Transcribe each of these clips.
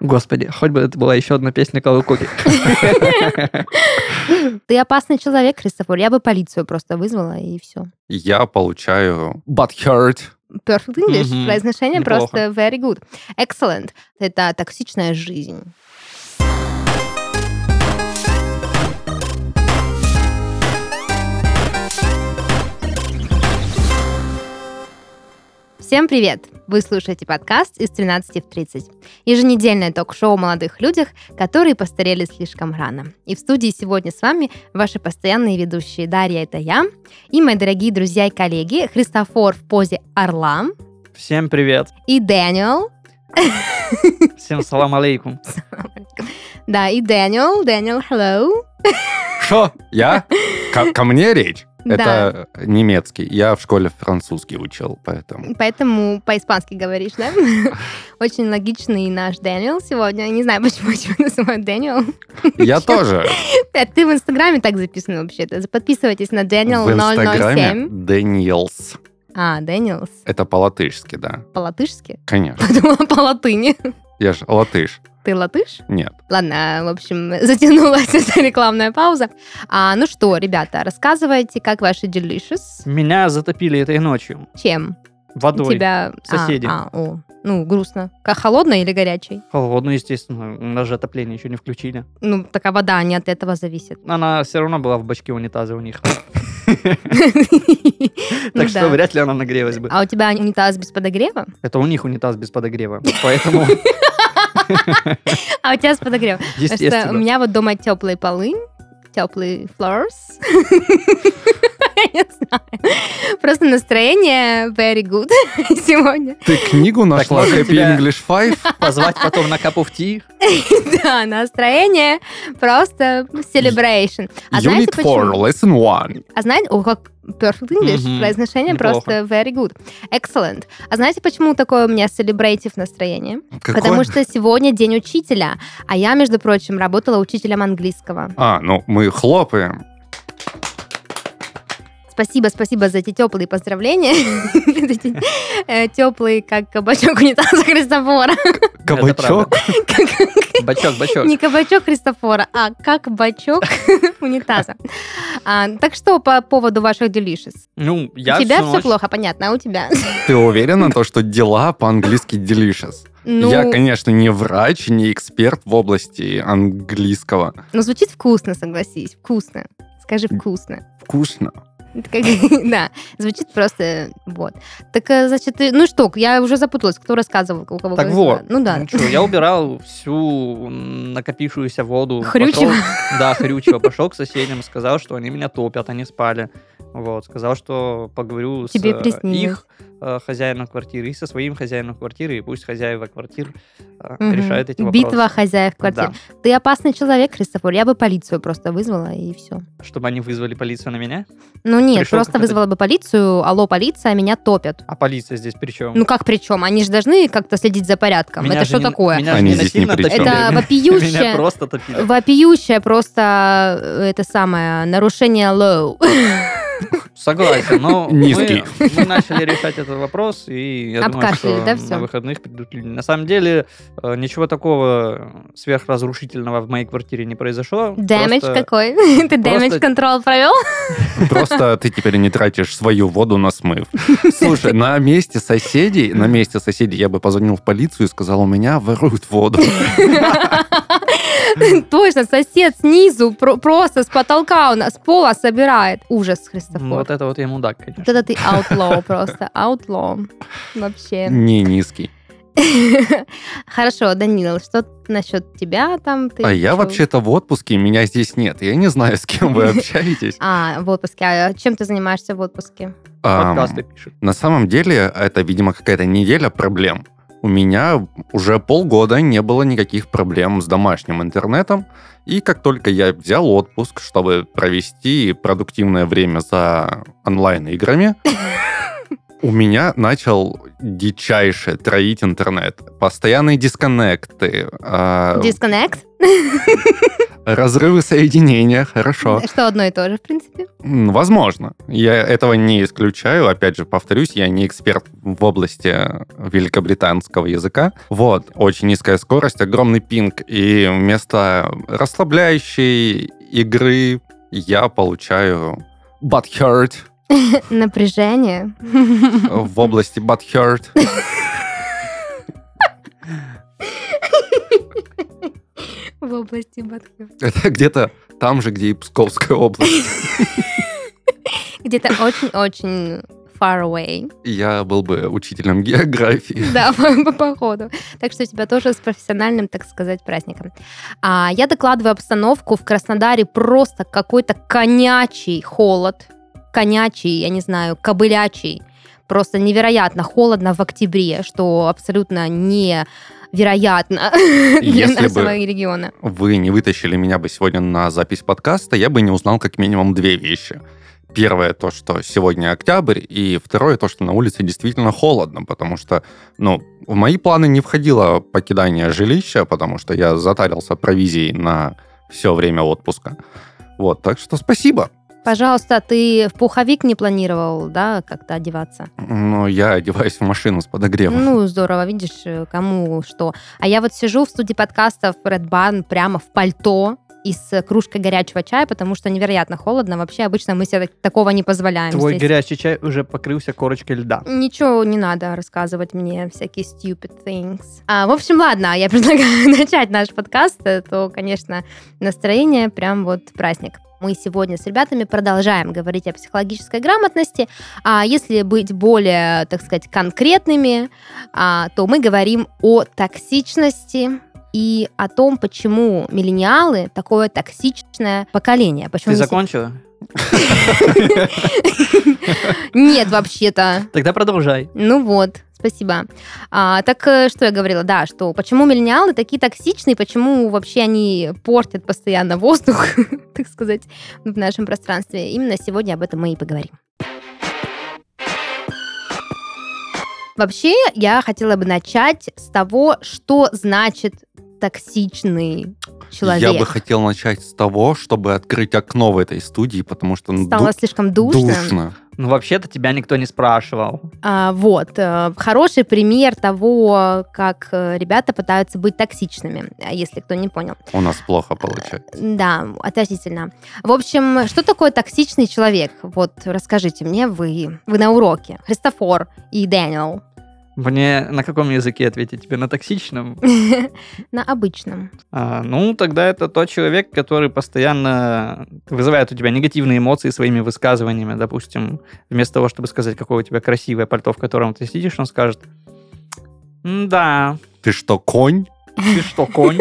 Господи, хоть бы это была еще одна песня Клавы Коки. Ты опасный человек, Христофор. Я бы полицию просто вызвала, и все. Я получаю but Perfect English. Мгм. Произношение Неплохо. просто very good. Excellent. Это токсичная жизнь. Всем привет! Вы слушаете подкаст из 13 в 30. Еженедельное ток-шоу о молодых людях, которые постарели слишком рано. И в студии сегодня с вами ваши постоянные ведущие Дарья, это я, и мои дорогие друзья и коллеги Христофор в позе орла Всем привет. и Дэниел. Всем салам алейкум. Да, и Дэниел. Дэниел, hello. Что? Я? Ко, ко мне речь? Да. Это немецкий. Я в школе французский учил, поэтому... Поэтому по-испански говоришь, да? Очень логичный наш Дэниел сегодня. Я не знаю, почему я тебя называют Дэниел. Я тоже. А Ты в Инстаграме так записан вообще-то. Подписывайтесь на Дэниел В инстаграме 007. Дэниелс. А, Дэниелс. Это по-латышски, да. По-латышски? Конечно. Подумала по-латыни. Я же латыш. Ты латыш? Нет. Ладно, в общем, затянулась эта рекламная пауза. А, ну что, ребята, рассказывайте, как ваши delicious? Меня затопили этой ночью. Чем? У Водой. тебя... а, соседи. А, о, ну, грустно. Как холодной или горячей? Холодную, естественно. У нас же отопление еще не включили. Ну, такая вода не от этого зависит. Она все равно была в бачке унитаза у них. Ну Так что да. вряд ли она нагрелась бы. А у тебя унитаз без подогрева? Это у них унитаз без подогрева. Поэтому, А у тебя с подогревом. Потому что у естественно. меня вот дома теплые полы, теплые floors. Я не знаю. Просто настроение very good сегодня. Ты книгу нашла может, у Happy тебя- English Five? Позвать потом на капу в ти. Да, настроение просто celebration. А знаете Unit 4, почему? Lesson One. А знаете, о, как perfect English, Мгм. произношение Неплохо. просто very good. Excellent. А знаете, почему такое у меня celebrative настроение? Какое? Потому что сегодня день учителя, а я, между прочим, работала учителем английского. А, ну мы хлопаем. Спасибо, спасибо за эти теплые поздравления. Теплые, как кабачок унитаза Христофора. Кабачок. Бачок, бачок. Не кабачок Христофора, а как бачок унитаза. А, Так что по поводу ваших делишес? Ну, я У тебя всю все ночь- плохо, понятно, а у тебя? Ты уверена, то, что дела по-английски delicious? Ну, Я, конечно, не врач, не эксперт в области английского. ну, звучит вкусно, согласись, вкусно. Скажи вкусно. Вкусно. Это как- Да, звучит просто вот. Так, э, значит, ты- ну что, я уже запуталась, кто рассказывал, у кого Так было- вот. Ну да. Ну чё, я убирал всю м, накопившуюся воду. Хрючево. Пошёл- да, хрючево. Пошел к соседям, сказал, что они меня топят, они спали. Вот, сказал, что поговорю Тебе с э, приснилось. их э, хозяином квартиры и со своим хозяином квартиры, и пусть хозяева квартир э, Мгм. решают эти вопросы. Битва хозяев квартир. Ты опасный человек, Христофор. Я бы полицию просто вызвала, и все. Да, чтобы они вызвали полицию на меня. Ну нет, Пришёл просто какой-то- вызвала бы полицию. Алло, полиция, меня топят. А полиция здесь при чем? Ну как причем? Они же должны как-то следить за порядком. Это что такое? Меня же Они не здесь ни насильно при топили. чём. Это Меня вопиющее, просто топили. вопиющее просто э, это самое нарушение low. Согласен, но мы, Низкий. мы начали решать этот вопрос, и я думаю, Обкашляли, что да, всё? на выходных придут люди. На самом деле, э, ничего такого сверхразрушительного в моей квартире не произошло. Damage Просто- какой? Ты damage просто- control провел? Просто ты теперь не тратишь свою воду на смыв. Слушай, на месте соседей, на месте соседей я бы позвонил в полицию и сказал, у меня воруют воду. Точно, сосед снизу про- просто с потолка, у нас, с пола собирает. Ужас, Ну, Христофор. вот это вот я мудак, конечно. Вот это ты outlaw просто, outlaw. Вообще. Не низкий. Хорошо, Данил, что насчет тебя там? Ты А я чё? вообще-то в отпуске, меня здесь нет. Я не знаю, с кем вы общаетесь. А, в отпуске. А чем ты занимаешься в отпуске? А, Ам, Подкасты пишет. На самом деле, это, видимо, какая-то неделя проблем. У меня уже полгода не было никаких проблем с домашним интернетом. И как только я взял отпуск, чтобы провести продуктивное время за онлайн-играми, у меня начал дичайше троить интернет. Постоянные дисконнекты. а, Disconnect? Разрывы соединения, хорошо. Что одно и то же, в принципе. М, Возможно. Я этого не исключаю. Опять же, повторюсь, я не эксперт в области великобританского языка. Вот. Очень низкая скорость, огромный пинг. И вместо расслабляющей игры я получаю butthurt Напряжение. в области butthurt. В области Батхи. Это где-то там же, где и Псковская область. Где-то очень-очень far away. Я был бы учителем географии. Да, по, по походу. Так что у тебя тоже с профессиональным, так сказать, праздником. А, я докладываю обстановку в Краснодаре просто какой-то конячий холод. Конячий, я не знаю, кобылячий. Просто невероятно холодно в октябре, что абсолютно невероятно для Если бы- нашего региона. вы не вытащили меня бы сегодня на запись подкаста, я бы не узнал как минимум две вещи. Первое то, что сегодня октябрь, и второе то, что на улице действительно холодно, потому что, ну, в мои планы не входило покидание жилища, потому что я затарился провизией на все время отпуска. Вот, так что спасибо. Пожалуйста, ты в пуховик не планировал, да, как-то одеваться? Но я одеваюсь в машину с подогревом. Ну, здорово, видишь, э, кому что. А я вот сижу в студии подкастов Red Barn прямо в пальто и с кружкой горячего чая, потому что невероятно холодно. Вообще, обычно мы себе так- такого не позволяем. Твой здесь. горячий чай уже покрылся корочкой льда. Ничего не надо рассказывать мне, всякие stupid things. А, в общем, ладно, я предлагаю начать наш подкаст, э, то, конечно, настроение прям вот праздник. Мы сегодня с ребятами продолжаем говорить о психологической грамотности, а если быть более, так сказать, конкретными, а, то мы говорим о токсичности и о том, почему миллениалы такое токсичное поколение. Почему Ты они- закончила? Нет, вообще-то. Тогда продолжай. Ну вот, спасибо. А, так э, что я говорила, да, что почему миллениалы такие токсичные, почему вообще они портят постоянно воздух, так сказать, в нашем пространстве. Именно сегодня об этом мы и поговорим. Вообще, я хотела бы начать с того, что значит токсичный человек. Я бы хотел начать с того, чтобы открыть окно в этой студии, потому что ну, Стало ду- слишком душно. душно. Ну, вообще-то тебя никто не спрашивал. А, Вот. э, Хороший пример того, как э, ребята пытаются быть токсичными, э, если кто не понял. У нас плохо получается. Да, относительно. В общем, что такое токсичный человек? Вот расскажите мне, вы, вы на уроке. Христофор и Дэниел. Мне на каком языке ответить тебе? На токсичном? На обычном. А, ну, тогда это тот человек, который постоянно вызывает у тебя негативные эмоции своими высказываниями. Допустим, вместо того, чтобы сказать, какое у тебя красивое пальто, в котором ты сидишь, он скажет, да, Ты что, конь? ты что, конь?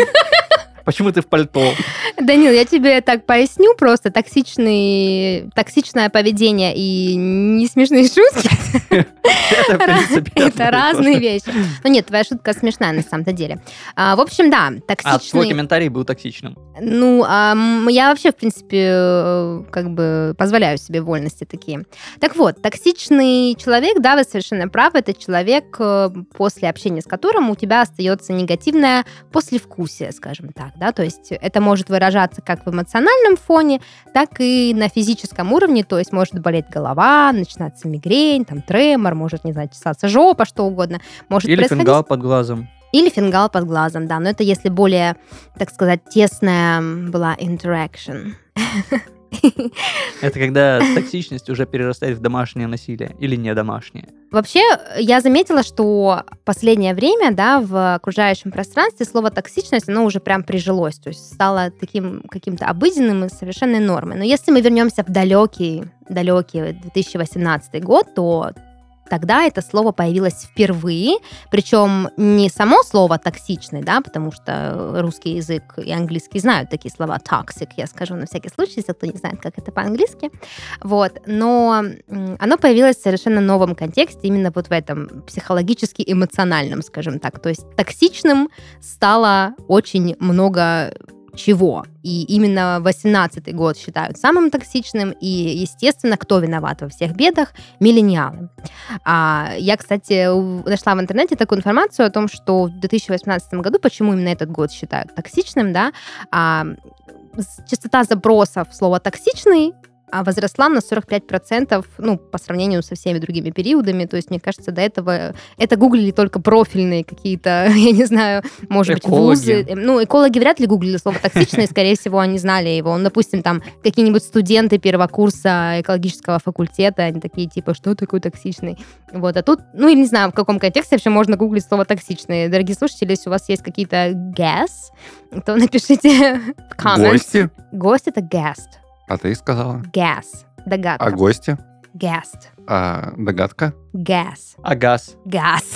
Почему ты в пальто? Данил, я тебе так поясню просто. Токсичный, токсичное поведение и не смешные шутки. Это, в принципе, одно и Это то разные же. вещи. Ну нет, твоя шутка смешная на самом-то деле. А, В общем, да, А твой токсичный... комментарий был токсичным. Ну, а м, я вообще, в принципе, э, как бы позволяю себе вольности такие. Так вот, токсичный человек, да, вы совершенно правы, это человек, э, после общения с которым у тебя остается негативное послевкусие, скажем так, да, то есть это может выражаться как в эмоциональном фоне, так и на физическом уровне, то есть может болеть голова, начинаться мигрень, там, тремор, может, не знаю, чесаться жопа, что угодно. Может Или происходить фингал под глазом. или фингал под глазом, да. Но это если более, так сказать, тесная м, была interaction. Это когда токсичность уже перерастает в домашнее насилие или не домашнее. Вообще, я заметила, что последнее время, да, в окружающем пространстве слово токсичность, оно уже прям прижилось, то есть стало таким каким-то обыденным и совершенной нормой. Но если мы вернемся в далекий, далекий 2018 год, то тогда это слово появилось впервые, причем не само слово токсичный, да, потому что русский язык и английский знают такие слова toxic, я скажу на всякий случай, если кто не знает, как это по-английски. Вот, но м, оно появилось в совершенно новом контексте, именно вот в этом психологически эмоциональном, скажем так. То есть токсичным стало очень много чего. И именно 18 год считают самым токсичным, и, естественно, кто виноват во всех бедах? Миллениалы. А, я, кстати, у- нашла в интернете такую информацию о том, что в 2018 году, почему именно этот год считают токсичным, да, а, частота забросов слова «токсичный» а, возросла на 45%, ну, по сравнению со всеми другими периодами. То есть, мне кажется, до этого это гуглили только профильные какие-то, я не знаю, может Экологи. быть, вузы. Эм, Ну, экологи вряд ли гуглили слово «токсичный», скорее всего, они знали его. Ну, допустим, там какие-нибудь студенты первого курса экологического факультета, они такие, типа, что такое токсичный? Вот, а тут, ну, я не знаю, в каком контексте вообще можно гуглить слово «токсичный». Дорогие слушатели, если у вас есть какие-то guess, то напишите в comments. Гости? Гость — это guest. А ты сказала. Газ. А Догадка. гости? Гаст. А догадка? Газ. А газ? Газ.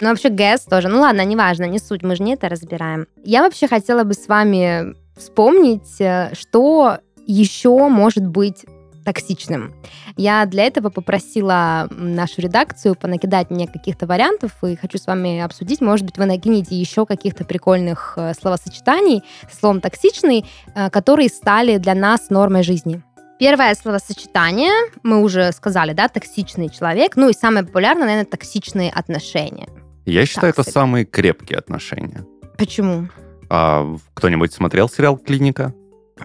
Ну, вообще, газ тоже. Ну, ладно, неважно, не суть, мы же не это разбираем. Я вообще хотела бы с вами вспомнить, э, что еще может быть токсичным. Я для этого попросила нашу редакцию понакидать мне каких-то вариантов, и хочу с вами обсудить, может быть, вы накинете еще каких-то прикольных э, словосочетаний со словом «токсичный», э, которые стали для нас нормой жизни. Первое словосочетание, мы уже сказали, да, токсичный человек, ну и самое популярное, наверное, токсичные отношения. Я считаю, Так это себе. самые крепкие отношения. Почему? А, кто-нибудь смотрел сериал «Клиника»?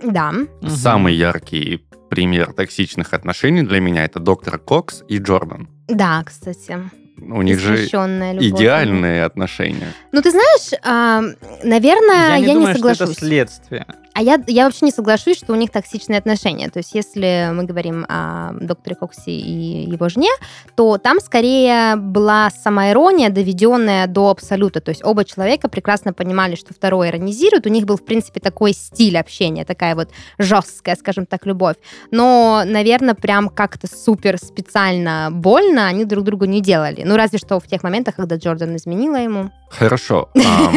Да. Мгм. Самый яркий пример токсичных отношений для меня это доктор Кокс и Джордан. Да, кстати. У них же Извращенная любовь. идеальные отношения. Ну, ты знаешь, а, наверное, Я я не не, думаю, что это соглашусь. следствие. А я, я вообще не соглашусь, что у них токсичные отношения. То есть, если мы говорим о докторе Коксе и его жене, то там скорее была самоирония, доведенная до абсолюта. То есть оба человека прекрасно понимали, что второй иронизирует. У них был, в принципе, такой стиль общения, такая вот жесткая, скажем так, любовь. Но, наверное, прям как-то супер специально больно они друг другу не делали. Ну, разве что в тех моментах, когда Джордан изменила ему. Хорошо. ам,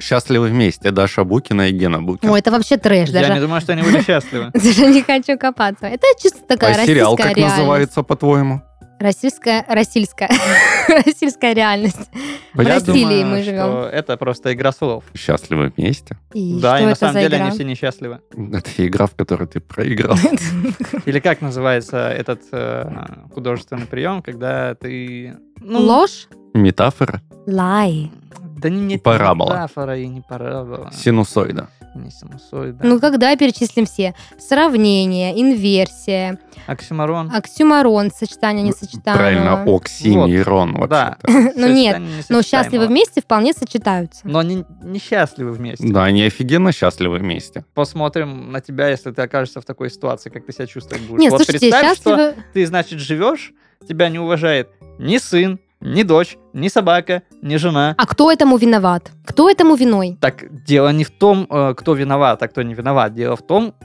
Счастливы вместе Даша Букина и Гена Букина. О, это вообще трэш Я не даже. думаю, что они были счастливы. Даже не хочу копаться. Это чисто такая а сериал российская как реальность. называется, по-твоему? Российская, российская, российская реальность. В Я России думаю, мы живем. что Это просто игра слов. Счастливы вместе. И Да, что и на это самом за деле игра? они все несчастливы. Это игра, в которую ты проиграл. Или как называется этот э, художественный прием, когда ты... Ну, Ложь? Метафора Лай. Да не, нет, Парабола. метафора и не парабола. синусоида. Не синусоида. Ну, когда перечислим все? Сравнение, инверсия, а, Оксиморон. оксюмарон, сочетание несочетаемого. Ну, Правильно, оксимирон вообще-то. Ну нет, Но счастливы вместе вполне сочетаются. Но они несчастливы вместе. Да, они офигенно счастливы вместе. Посмотрим на тебя, если ты окажешься в такой ситуации, как ты себя чувствовать будешь. Нет, Ну, вот слушайте, представь, что счастливы... ты, значит, живешь, тебя не уважает ни сын, ни дочь, ни собака, ни жена. А кто этому виноват? Кто этому виной? Так дело не в том, э, кто виноват, а кто не виноват. Дело в том,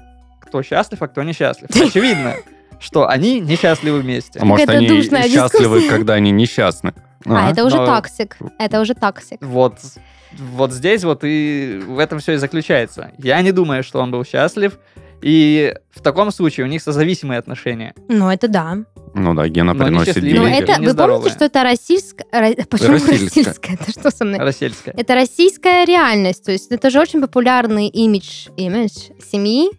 кто счастлив, а кто несчастлив. Очевидно, что они несчастливы вместе. А может, Какая-то они душная счастливы, дискуссия. когда они несчастны. А, А, это уже но- таксик. Это уже таксик. Вот, вот здесь вот и в этом все и заключается. Я не думаю, что он был счастлив. И в таком случае у них созависимые отношения. Ну, это да. Ну да, Гена Но они приносит счастливы. Но Или деньги. это... Вы нездоровые. помните, что это российская... ро- Почему Российская. российская? Это что со мной? Рассельская. Это российская реальность, то есть это же очень популярный имидж, имидж семьи,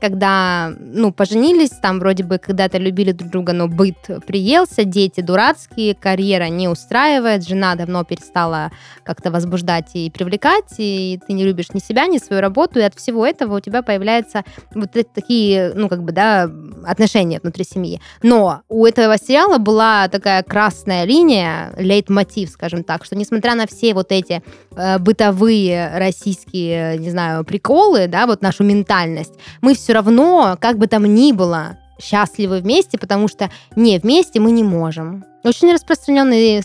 когда, ну, поженились, там вроде бы когда-то любили друг друга, но быт приелся, дети дурацкие, карьера не устраивает, жена давно перестала как-то возбуждать и привлекать, и ты не любишь ни себя, ни свою работу, и от всего этого у тебя появляются вот эти такие, ну, как бы, да, отношения внутри семьи. Но у этого сериала была такая красная линия, лейтмотив, скажем так, что несмотря на все вот эти э, бытовые российские, не знаю, приколы, да, вот нашу ментальность, мы все равно, как бы там ни было, счастливы вместе, потому что не вместе мы не можем. Очень распространенный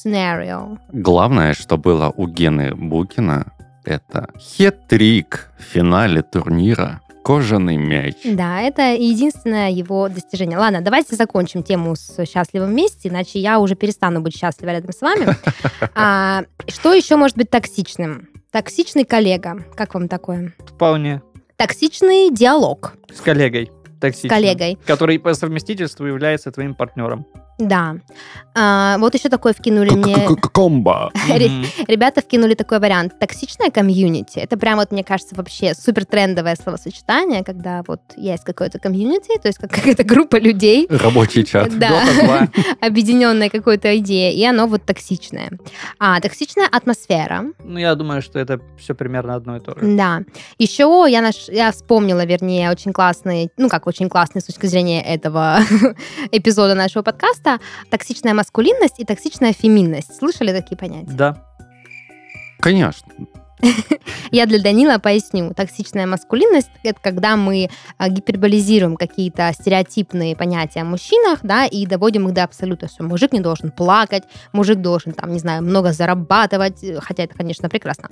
сценарий. Главное, что было у Гены Букина, это хет-трик в финале турнира «Кожаный мяч». Да, это единственное его достижение. Ладно, давайте закончим тему с счастливым вместе, иначе я уже перестану быть счастлива рядом с вами. А, что еще может быть токсичным? Токсичный коллега. Как вам такое? Вполне. Токсичный диалог. С коллегой. Токсичным, коллегой. Который по совместительству является твоим партнером. Да. А, вот еще такое вкинули мне. Комбо. Мгм. Ребята вкинули такой вариант. Токсичная комьюнити. Это прям вот, мне кажется, вообще супер трендовое словосочетание, когда вот есть какое-то комьюнити, то есть как- какая-то группа людей, Рабочий чат. Да. Dota 2. объединенная какой-то идеей, и оно вот токсичное. А, токсичная атмосфера, Ну, я думаю, что это все примерно одно и то же. да. Еще я, наш, я вспомнила, вернее, очень классный, ну как очень классный с точки зрения этого эпизода нашего подкаста, токсичная маскулинность и токсичная феминность. Слышали такие понятия? Да. Конечно. Я для Данила поясню. Токсичная маскулинность – это когда мы а, гиперболизируем какие-то стереотипные понятия о мужчинах, да, и доводим их до абсолюта, что мужик не должен плакать, мужик должен, там, не знаю, много зарабатывать, э, хотя это, конечно, прекрасно.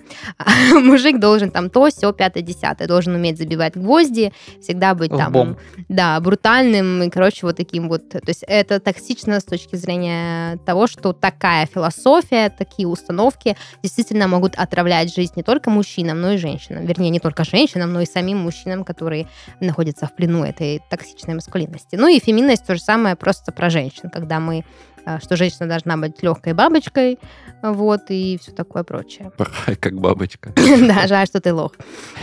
Мужик должен там то, все, пятое, десятое, должен уметь забивать гвозди, всегда быть там... Лбом. Да, брутальным и, короче, вот таким вот. То есть это токсично с точки зрения того, что такая философия, такие установки действительно могут отравлять жизнь не только мужчинам, но и женщинам. Вернее, не только женщинам, но и самим мужчинам, которые находятся в плену этой токсичной маскулинности. Ну и феминность то же самое, просто про женщин, когда мы э, что женщина должна быть легкой бабочкой, вот, и все такое прочее. Порхай, как бабочка. Да, жаль, что ты лох.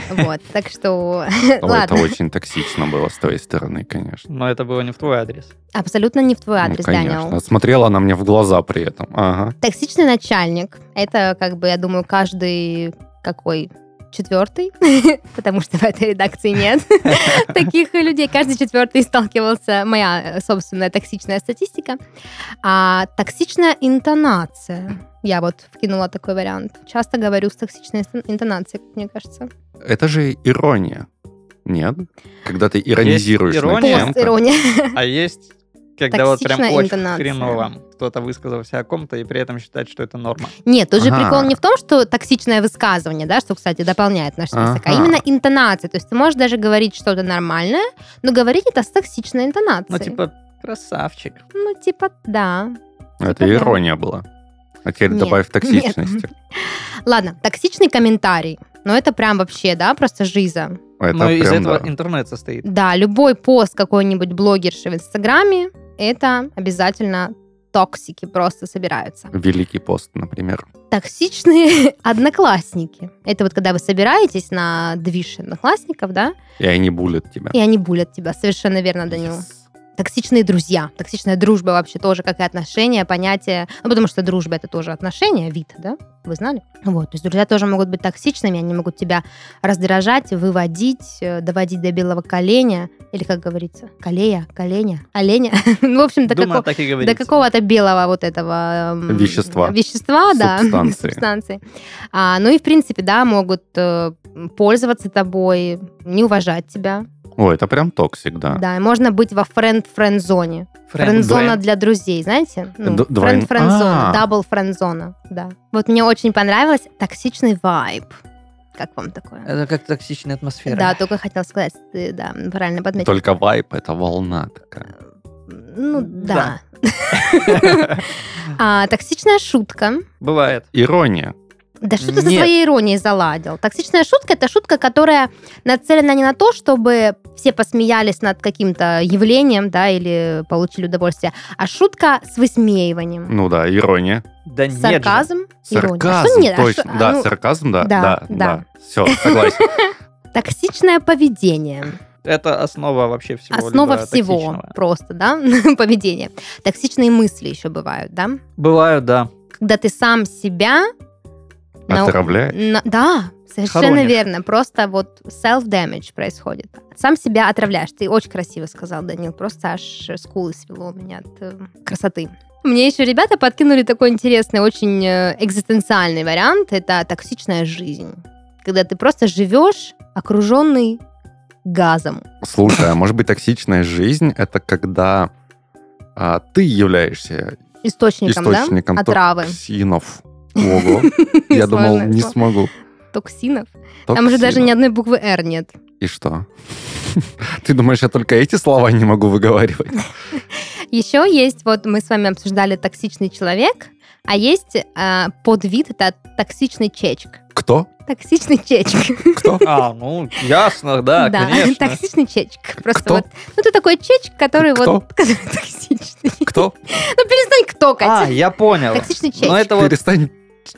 Вот, так что, О, Это ладно. очень токсично было с твоей стороны, конечно. Но это было не в твой адрес. Абсолютно не в твой Ну, адрес, Данил. Конечно. Смотрела она мне в глаза при этом. Ага. Токсичный начальник. Это, как бы, я думаю, каждый какой четвертый, потому что в этой редакции нет таких людей. Каждый четвертый сталкивался. Моя э, собственная токсичная статистика. А токсичная интонация. Я вот вкинула такой вариант. Часто говорю с токсичной ин- интонацией, как мне кажется. Это же ирония. Нет? Когда ты иронизируешь Есть над ирония. чем-то. Пост-ирония. А есть, когда вот прям Токсичная очень интонация. хреново кто-то высказался о ком-то и при этом считает, что это норма. Нет, тут же Ага. прикол не в том, что токсичное высказывание, да, что, кстати, дополняет наш список, а Ага. именно интонация. То есть ты можешь даже говорить что-то нормальное, но говорить это с токсичной интонацией. Ну, типа, красавчик. Ну, типа, да. Это Типа да. ирония была. А теперь Нет. добавь токсичности. Ладно, токсичный комментарий. Но это прям вообще, да, просто жиза. Это Но из прям этого да. интернет состоит. Да, любой пост какой-нибудь блогерши в Инстаграме, это обязательно токсики просто собираются. Великий пост, например. Токсичные одноклассники. Это вот когда вы собираетесь на движ одноклассников, да, И они булят тебя. и они булят тебя. Совершенно верно, Данила. Yes. токсичные друзья. Токсичная дружба вообще тоже, как и отношения, понятие. Ну, потому что дружба это тоже отношения, вид, да? Вы знали? Вот, то есть друзья тоже могут быть токсичными, они могут тебя раздражать, выводить, э, доводить до белого коленя, или как говорится, колея, коленя, оленя. Ну, в общем, до, Думаю, какого- так и до говорится. какого-то белого вот этого... эм, Вещества. Вещества, А, да. Субстанции. Субстанции. А, ну и, в принципе, да, могут э, пользоваться тобой, не уважать тебя. О, это прям токсик, да. Да, и можно быть во френд-френд-зоне. Френд. Френдзона для друзей, знаете? Ну, Д- двойн- френд френдзона, А. дабл френдзона, да. Вот мне очень понравилось токсичный вайб. Как вам такое? Это как токсичная атмосфера. Да, только хотел сказать, ты, да, правильно подметил. Только вайп это волна такая. Ну, да. А, токсичная шутка. Бывает. Ирония. Да что ты со Нет. своей иронией заладил? Токсичная шутка – это шутка, которая нацелена не на то, чтобы все посмеялись над каким-то явлением, да, или получили удовольствие, а шутка с высмеиванием. Ну да, ирония. Да нет же. Сарказм, ирония. А что Сарказм, нет? А точно. что- а, да, ну, сарказм, да. да, Да, да. да. Все, согласен. Токсичное поведение. Это основа вообще всего. Основа любого всего токсичного. просто, да, поведение. Токсичные мысли еще бывают, да? Бывают, да. Когда ты сам себя... на- Отравляет. на- да, совершенно Хоронишь. верно. Просто вот self-damage происходит. Сам себя отравляешь. Ты очень красиво сказал, Данил. Просто аж скулы свело у меня от э, красоты. Мне еще ребята подкинули такой интересный, очень э, экзистенциальный вариант. Это токсичная жизнь. Когда ты просто живешь, окруженный газом. Слушай, а может быть токсичная жизнь это когда а, ты являешься Источником, источником да? Отравы. токсинов. Ого. Я думал, Сложное не слово. смогу. Токсинов. Там же даже Токсинов. ни одной буквы «Р» нет. И что? Ты думаешь, я только эти слова не могу выговаривать? Еще есть, вот мы с вами обсуждали а, токсичный человек, а есть э, подвид, это токсичный чечек. Кто? Токсичный чечек. Кто? А, ну, ясно, да, конечно. токсичный чечек. Просто Кто? вот. Ну, ты такой чечек, который Кто? вот который токсичный. Кто? Ну, перестань кто, А, Катя. я понял. Токсичный Но чечек. это вот, Перестань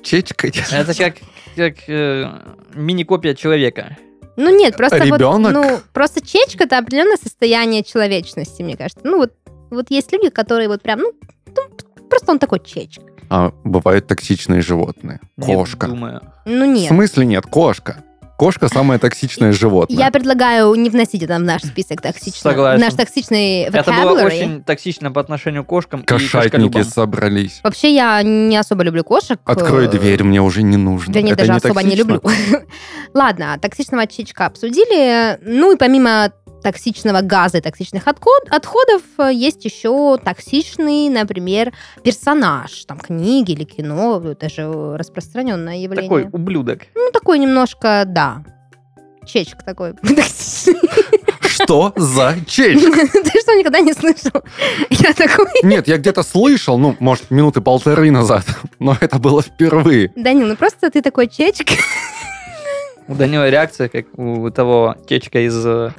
чечкать. А это как, как э, мини-копия человека. Ну, нет, просто вот, Ребенок? ну, просто чечек это определенное состояние человечности, мне кажется. Ну, вот, вот есть люди, которые вот прям, ну, ну, просто он такой чечек. А бывают токсичные животные. Не Кошка. думаю. Ну, В нет. смысле нет? Кошка. Кошка самое токсичное Я животное. предлагаю не вносить это в наш список токсичных. Согласен. Наш токсичный Это было vocabulary. очень токсично по отношению к кошкам и Кошатники кошколюбам. собрались. Вообще, я не особо люблю кошек. Открой Э, дверь, мне уже не нужно. Да нет, Это даже не особо не токсично. люблю. Ладно, токсичного чечка обсудили. Ну и помимо токсичного газа и токсичных отко- отходов э, есть еще токсичный, например, персонаж, там книги или кино, это же распространенное явление. Такой ублюдок. Ну такой немножко, да, чечек такой токсичный. Что за честь? Ты что, никогда не слышал? Я такой... Нет, я где-то слышал, ну, может, минуты полторы назад, но это было впервые. Данил, ну просто ты такой чечек. У Данила реакция, как у того течка из э,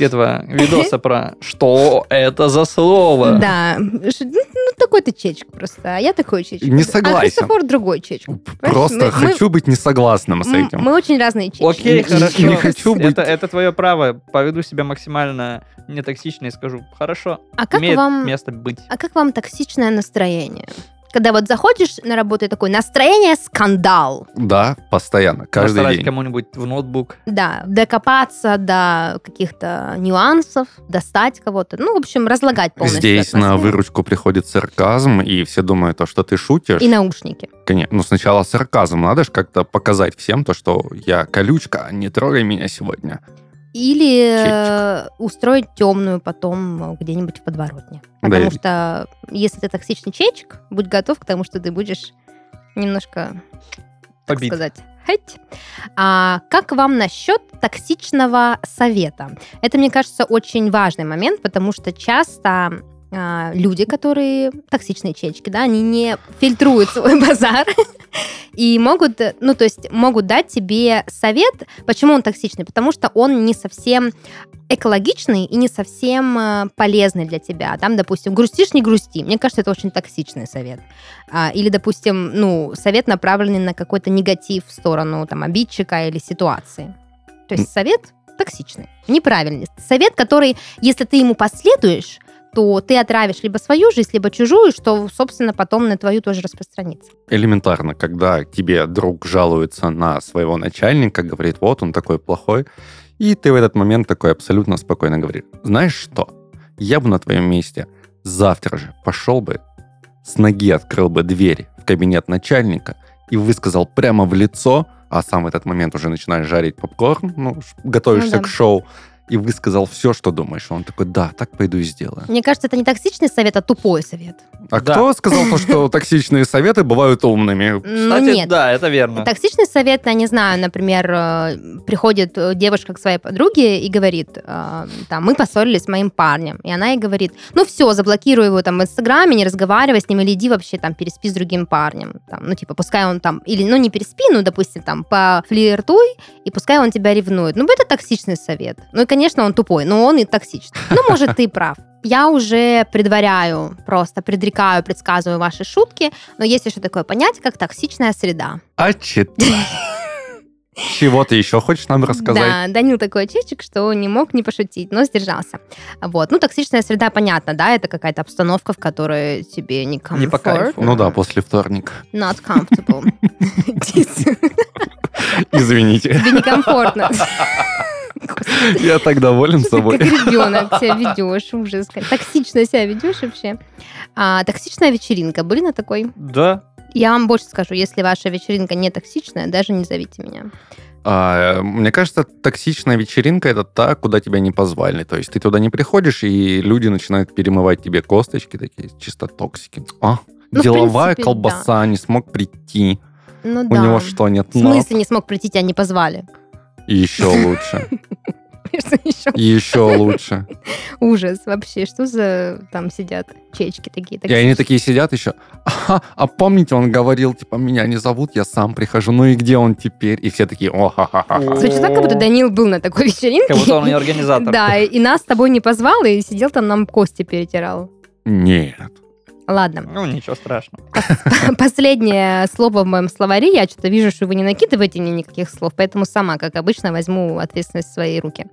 этого видоса про «Что это за слово?» Да. Ш- Ну, ну, такой ты чечек просто. А я такой чечек. Не А согласен. Христофор другой чечек. Просто мы- хочу быть несогласным с М, этим. Мы очень разные чечки. Окей, Не- хорошо. не хочу быть- Это, это твое право. Поведу себя максимально нетоксично и скажу, хорошо, А как имеет вам, место быть. а как вам токсичное настроение? Когда вот заходишь на работу и такой настроение скандал. Да, постоянно, каждый Насрать день. кому-нибудь в ноутбук. Да, докопаться до каких-то нюансов, достать кого-то. Ну, в общем, разлагать полностью. Здесь на атмосферу. выручку приходит сарказм, и все думают, то, что ты шутишь. И наушники. Конечно, ну сначала сарказм, надо же как-то показать всем то, что я колючка, а не трогай меня сегодня. Или э, устроить темную потом э, где-нибудь в подворотне. Да, Потому и- что э, если ты токсичный чечек, будь готов к тому, что ты будешь немножко, так Побит. сказать, хэть. А как вам насчет токсичного совета? Это, мне кажется, очень важный момент, потому что часто а, люди, которые токсичные чечки, да, они не фильтруют свой базар и могут, э, ну, то есть могут дать тебе совет, почему он токсичный, потому что он не совсем экологичный и не совсем э, полезный для тебя. Там, допустим, грустишь, не грусти. Мне кажется, это очень токсичный совет. А, Или, допустим, ну, совет направленный на какой-то негатив в сторону там обидчика или ситуации. То есть совет токсичный, неправильный. Совет, который, если ты ему последуешь, то ты отравишь либо свою жизнь, либо чужую, что, собственно, потом на твою тоже распространится. Элементарно, когда тебе друг жалуется на своего начальника, говорит, вот он такой плохой, и ты в этот момент такой абсолютно спокойно говоришь, знаешь что, я бы на твоем месте завтра же пошел бы, с ноги открыл бы дверь в кабинет начальника и высказал прямо в лицо, а сам в этот момент уже начинаешь жарить попкорн, ну, ш- готовишься да. к шоу, и высказал все, что думаешь. Он такой, да, так пойду и сделаю. Мне кажется, это не токсичный совет, а тупой совет. А Да. кто сказал то, что токсичные советы бывают умными? Ну, Кстати, нет. да, это верно. Токсичный совет, я не знаю, например, э, приходит э, девушка к своей подруге и говорит, э, там, мы поссорились с моим парнем, и она ей говорит, ну все, заблокируй его там в Инстаграме, не разговаривай с ним, или иди вообще там переспи с другим парнем, там, ну типа, пускай он там, или, ну не переспи, ну, допустим, там, пофлиртуй, и пускай он тебя ревнует. Ну, это токсичный совет. Ну и, конечно, он тупой, но он и токсичный. Ну, может, ты прав. Я уже предваряю, просто предрекаю, предсказываю ваши шутки, но есть еще такое понятие, как токсичная среда. А читай. Чего ты еще хочешь нам рассказать? Да, Данил такой чечек, что не мог не пошутить, но сдержался. Вот. Ну, токсичная среда, понятно, да, это какая-то обстановка, в которой тебе не комфорт. Не по кайфу. Ну да, после вторника. Not comfortable. Тебе Извините, некомфортно. я так доволен Что ты собой. как ребенок себя ведешь, ужас. как Токсично себя ведешь вообще. А, токсичная вечеринка. Были на такой? Да. Я вам больше скажу, если ваша вечеринка не токсичная, даже не зовите меня. А, э, Мне кажется, токсичная вечеринка это та, куда тебя не позвали. То есть ты туда не приходишь, и люди начинают перемывать тебе косточки, такие чисто токсики. А, Ну, в деловая принципе, колбаса не смог прийти. Ну У да. него что, нет В смысле не смог прийти, тебя не позвали? Еще лучше. конечно, еще Еще лучше. ужас вообще. Что за там сидят чечки такие? И они такие сидят еще. «Ага, а помните, он говорил, типа, меня не зовут, я сам прихожу. Ну и где он теперь? И все такие, о ха ха ха Звучит так, как будто Данил был на такой вечеринке. Как будто он ее организатор. Да, и нас с тобой не позвал, и сидел там нам кости перетирал. Нет. Ладно. Ну, ничего страшного. Последнее слово в моем словаре. Я что-то вижу, что вы не накидываете мне никаких слов, поэтому сама, как обычно, возьму ответственность в свои руки.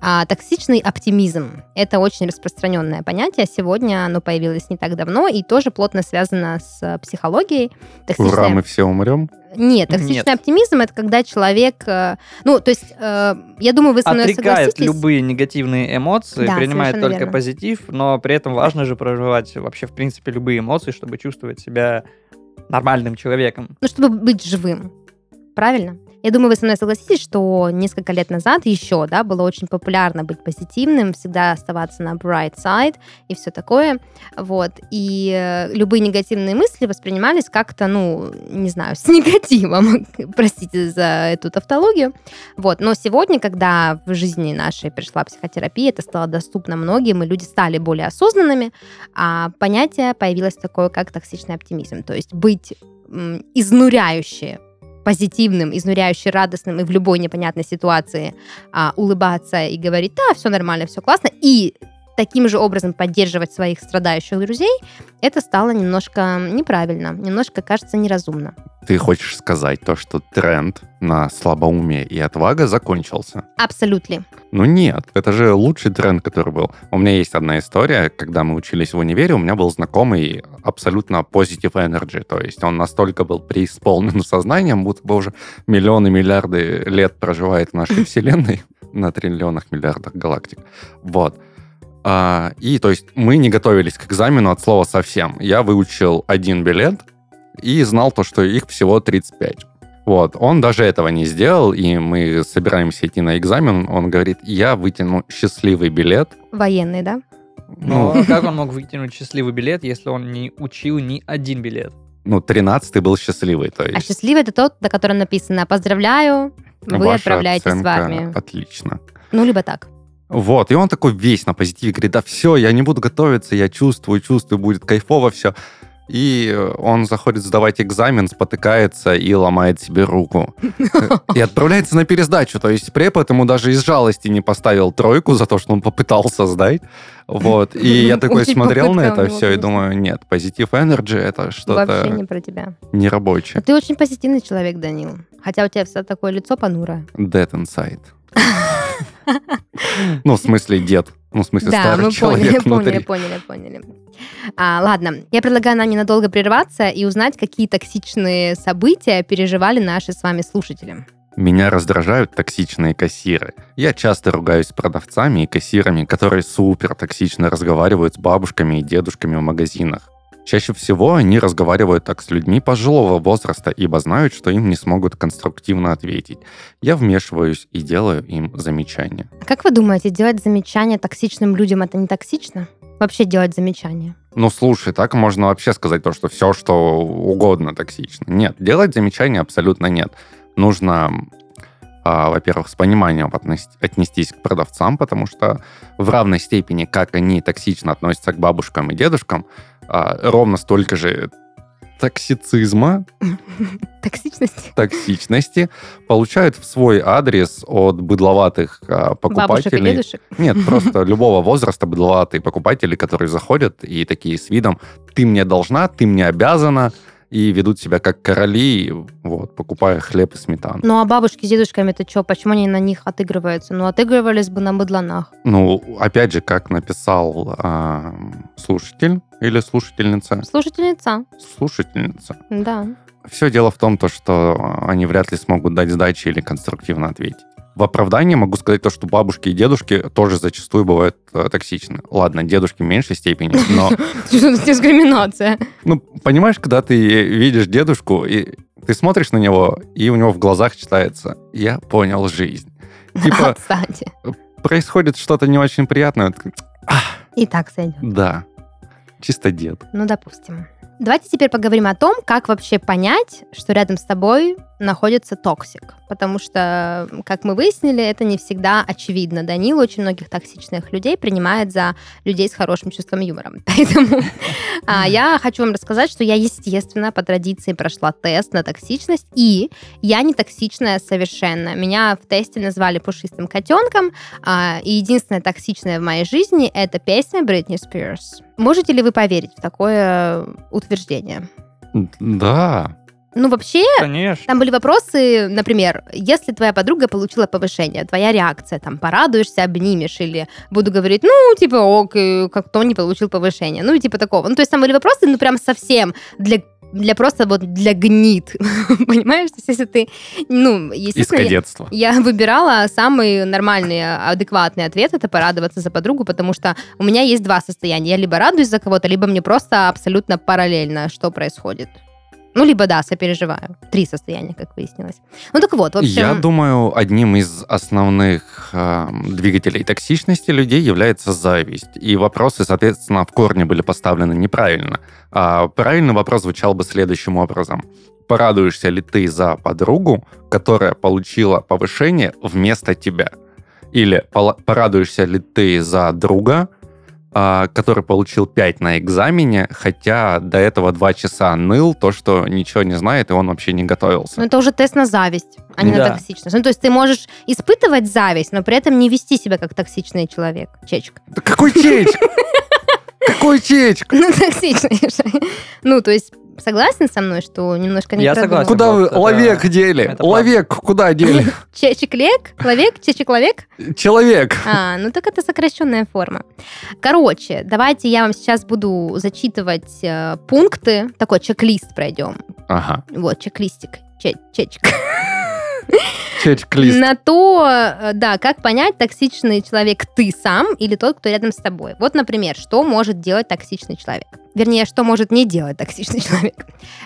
А, токсичный оптимизм. Это очень распространенное понятие. Сегодня оно появилось не так давно и тоже плотно связано с э, психологией. Ура, Токсичная мы все умрем. Нет, токсичный Нет. оптимизм это когда человек, э, ну, то есть, э, я думаю, вы со мной Отрекает согласитесь. любые негативные эмоции, Да, принимает совершенно только верно. позитив, но при этом важно же проживать вообще, в принципе, любые эмоции, чтобы чувствовать себя нормальным человеком. Ну, чтобы быть живым. Правильно? Я думаю, вы со мной согласитесь, что несколько лет назад еще, да, было очень популярно быть позитивным, всегда оставаться на bright side и все такое, вот. И э, любые негативные мысли воспринимались как-то, ну, не знаю, с негативом, простите за эту тавтологию, вот. Но сегодня, когда в жизни нашей пришла психотерапия, это стало доступно многим, и люди стали более осознанными, а понятие появилось такое, как токсичный оптимизм, то есть быть м, изнуряюще позитивным, изнуряюще радостным и в любой непонятной ситуации а, улыбаться и говорить, да, все нормально, все классно, и таким же образом поддерживать своих страдающих друзей, это стало немножко неправильно, немножко, кажется, неразумно. Ты хочешь сказать то, что тренд на слабоумие и отвага закончился? Абсолютно. Ну нет, это же лучший тренд, который был. У меня есть одна история, когда мы учились в универе, у меня был знакомый абсолютно positive energy, то есть он настолько был преисполнен сознанием, будто бы уже миллионы, миллиарды лет проживает в нашей вселенной на триллионах, миллиардах галактик. Вот. А, и то есть мы не готовились к экзамену от слова совсем. Я выучил один билет и знал то, что их всего 35. Вот, он даже этого не сделал, и мы собираемся идти на экзамен. Он говорит, я вытяну счастливый билет. Военный, да? Но Ну, как он мог выкинуть счастливый билет, если он не учил ни один билет? ну 13 был счастливый, то А есть счастливый это тот, на котором написано «Поздравляю, вы ваша отправляетесь в оценка армию». Отлично. Ну, либо так. Вот, и он такой весь на позитиве, говорит, да все, я не буду готовиться, я чувствую, чувствую, будет кайфово все. И э, он заходит сдавать экзамен, спотыкается и ломает себе руку. И отправляется на пересдачу. То есть препод ему даже из жалости не поставил тройку за то, что он попытался сдать. Вот. И я такой Очень смотрел на попытка у это него, все и конечно. думаю, нет, позитив энерджи это Вообще что-то не про тебя. Но нерабочее. ты очень позитивный человек, Данил. Хотя у тебя всегда такое лицо понурое. Dead inside. Ну, в смысле, дед. Ну, в смысле, Да, мы старый поняли, человек поняли, внутри. поняли, поняли. А, ладно, я предлагаю нам ненадолго прерваться и узнать, какие токсичные события переживали наши с вами слушатели. Меня раздражают токсичные кассиры. Я часто ругаюсь с продавцами и кассирами, которые супер токсично разговаривают с бабушками и дедушками в магазинах. Чаще всего они разговаривают так с людьми пожилого возраста, ибо знают, что им не смогут конструктивно ответить. Я вмешиваюсь и делаю им замечания. А Как вы думаете, делать замечания токсичным людям это не токсично? Вообще делать замечания? Ну слушай, так можно вообще сказать то, что все, что угодно токсично. Нет, делать замечания абсолютно нет. Нужно, а, во-первых, с пониманием относ- отнестись к продавцам, потому что в равной степени, как они токсично относятся к бабушкам и дедушкам, а, ровно столько же токсицизма, Токсичность? токсичности получают в свой адрес от быдловатых а, Бабушек и покупателей. дедушек? Нет, просто любого возраста быдловатые покупатели, которые заходят и такие с видом «ты мне должна, ты мне обязана», и ведут себя как короли, вот, покупая хлеб и сметану. Ну а бабушки с дедушками это что? Почему они на них отыгрываются? Ну отыгрывались бы на быдланах. Ну, опять же, как написал а, слушатель или слушательница, Слушательница, слушательница, да. Все дело в том, то, что они вряд ли смогут дать сдачи или конструктивно ответить. В оправдании могу сказать то, что бабушки и дедушки тоже зачастую бывают э, токсичны. Ладно, дедушки в меньшей степени, но... Что за дискриминация? Ну, понимаешь, когда ты видишь дедушку, и ты смотришь на него, и у него в глазах читается «Я понял жизнь». Типа, Отстаньте. происходит что-то не очень приятное. ты- И так сойдет. Да, чисто дед. Ну, допустим. Давайте теперь поговорим о том, как вообще понять, что рядом с тобой находится токсик. Потому что, как мы выяснили, это не всегда очевидно. Данил очень многих токсичных людей принимает за людей с хорошим чувством юмора. Поэтому а, я хочу вам рассказать, что я, естественно, по традиции прошла тест на токсичность, и я не токсичная совершенно. Меня в тесте назвали пушистым котенком, а, и единственное токсичное в моей жизни — это песня Бритни Спирс. Можете ли вы поверить в такое э, утверждение? Да. Ну, вообще, Конечно. там были вопросы, например, если твоя подруга получила повышение, твоя реакция, там, порадуешься, обнимешь, или буду говорить, ну, типа, ок, и как кто не получил повышение, ну, и типа такого. Ну, то есть там были вопросы, ну, прям совсем для для просто вот для гнид, понимаешь? То есть если ты, ну, Из естественно, я- кадетства. я выбирала самый нормальный, адекватный ответ, это порадоваться за подругу, потому что у меня есть два состояния. Я либо радуюсь за кого-то, либо мне просто абсолютно параллельно, что происходит. Ну, либо да, сопереживаю. Три состояния, как выяснилось. Ну, так вот, в общем... Я думаю, одним из основных э, двигателей токсичности людей является зависть. И вопросы, соответственно, в корне были поставлены неправильно. А правильно вопрос звучал бы следующим образом. Порадуешься ли ты за подругу, которая получила повышение вместо тебя? Или пола- порадуешься ли ты за друга, а, который получил 5 на экзамене, хотя до этого 2 часа ныл то, что ничего не знает, и он вообще не готовился. Ну, это уже тест на зависть, а не на Да. токсичность. Ну, то есть ты можешь испытывать зависть, но при этом не вести себя как токсичный человек. Чечка. Да какой чеч? Какой чеч? Ну, токсичный. же. Ну, то есть согласен со мной, что немножко не Я продумала? согласен. Куда вы Это- ловек дели? это Ловек куда дели? Чечеклек? Человек? Чечекловек? Человек. А, ну так это сокращенная форма. Короче, давайте я вам сейчас буду зачитывать э, пункты. Такой чек-лист пройдем. Ага. Вот, чек-листик. Че- Чечек. Чеч-лист. На то, э, да, как понять, токсичный человек ты сам или тот, кто рядом с тобой. Вот, например, что может делать токсичный человек? Вернее, что может не делать токсичный человек.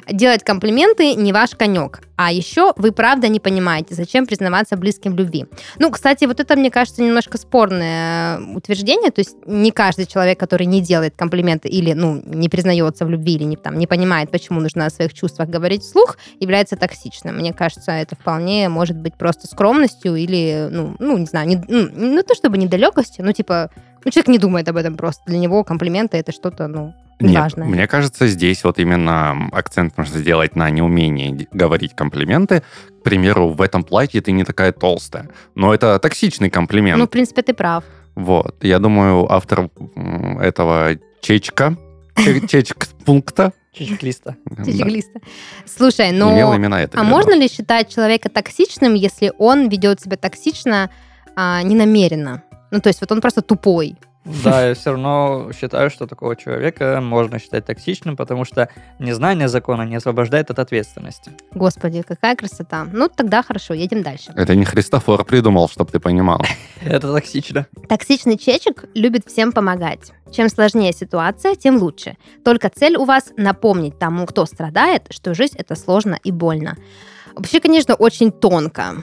Делать комплименты не ваш конек. А еще вы правда не понимаете, зачем признаваться близким в любви. Ну, кстати, вот это, мне кажется, немножко спорное э, утверждение. То есть не каждый человек, который не делает комплименты или, ну, не признается в любви или не, там, не понимает, почему нужно о своих чувствах говорить вслух, является токсичным. Мне кажется, это вполне может быть просто скромностью или, ну, ну не знаю, не, ну, не то чтобы недалекостью, ну, типа, ну, человек не думает об этом просто. Для него комплименты это что-то, ну, Нет, важное. мне кажется, здесь вот именно акцент можно сделать на неумении д- говорить комплименты. К примеру, в этом платье ты не такая толстая. Но это токсичный комплимент. ну, в принципе, ты прав. Вот. Я думаю, автор м, этого чечка, че- чечк-пункта Чичек-листа. да, Чечеглиста. Слушай, но... имел именно это. А в виду. можно ли считать человека токсичным, если он ведет себя токсично а, ненамеренно? Ну, то есть вот он просто тупой. Да, я все равно считаю, что такого человека можно считать токсичным, потому что незнание закона не освобождает от ответственности. Господи, какая красота. Ну, тогда хорошо, едем дальше. Это не Христофор придумал, чтобы ты понимал. Это токсично. Токсичный чечек любит всем помогать. Чем сложнее ситуация, тем лучше. Только цель у вас напомнить тому, кто страдает, что жизнь это сложно и больно. Вообще, конечно, очень тонко.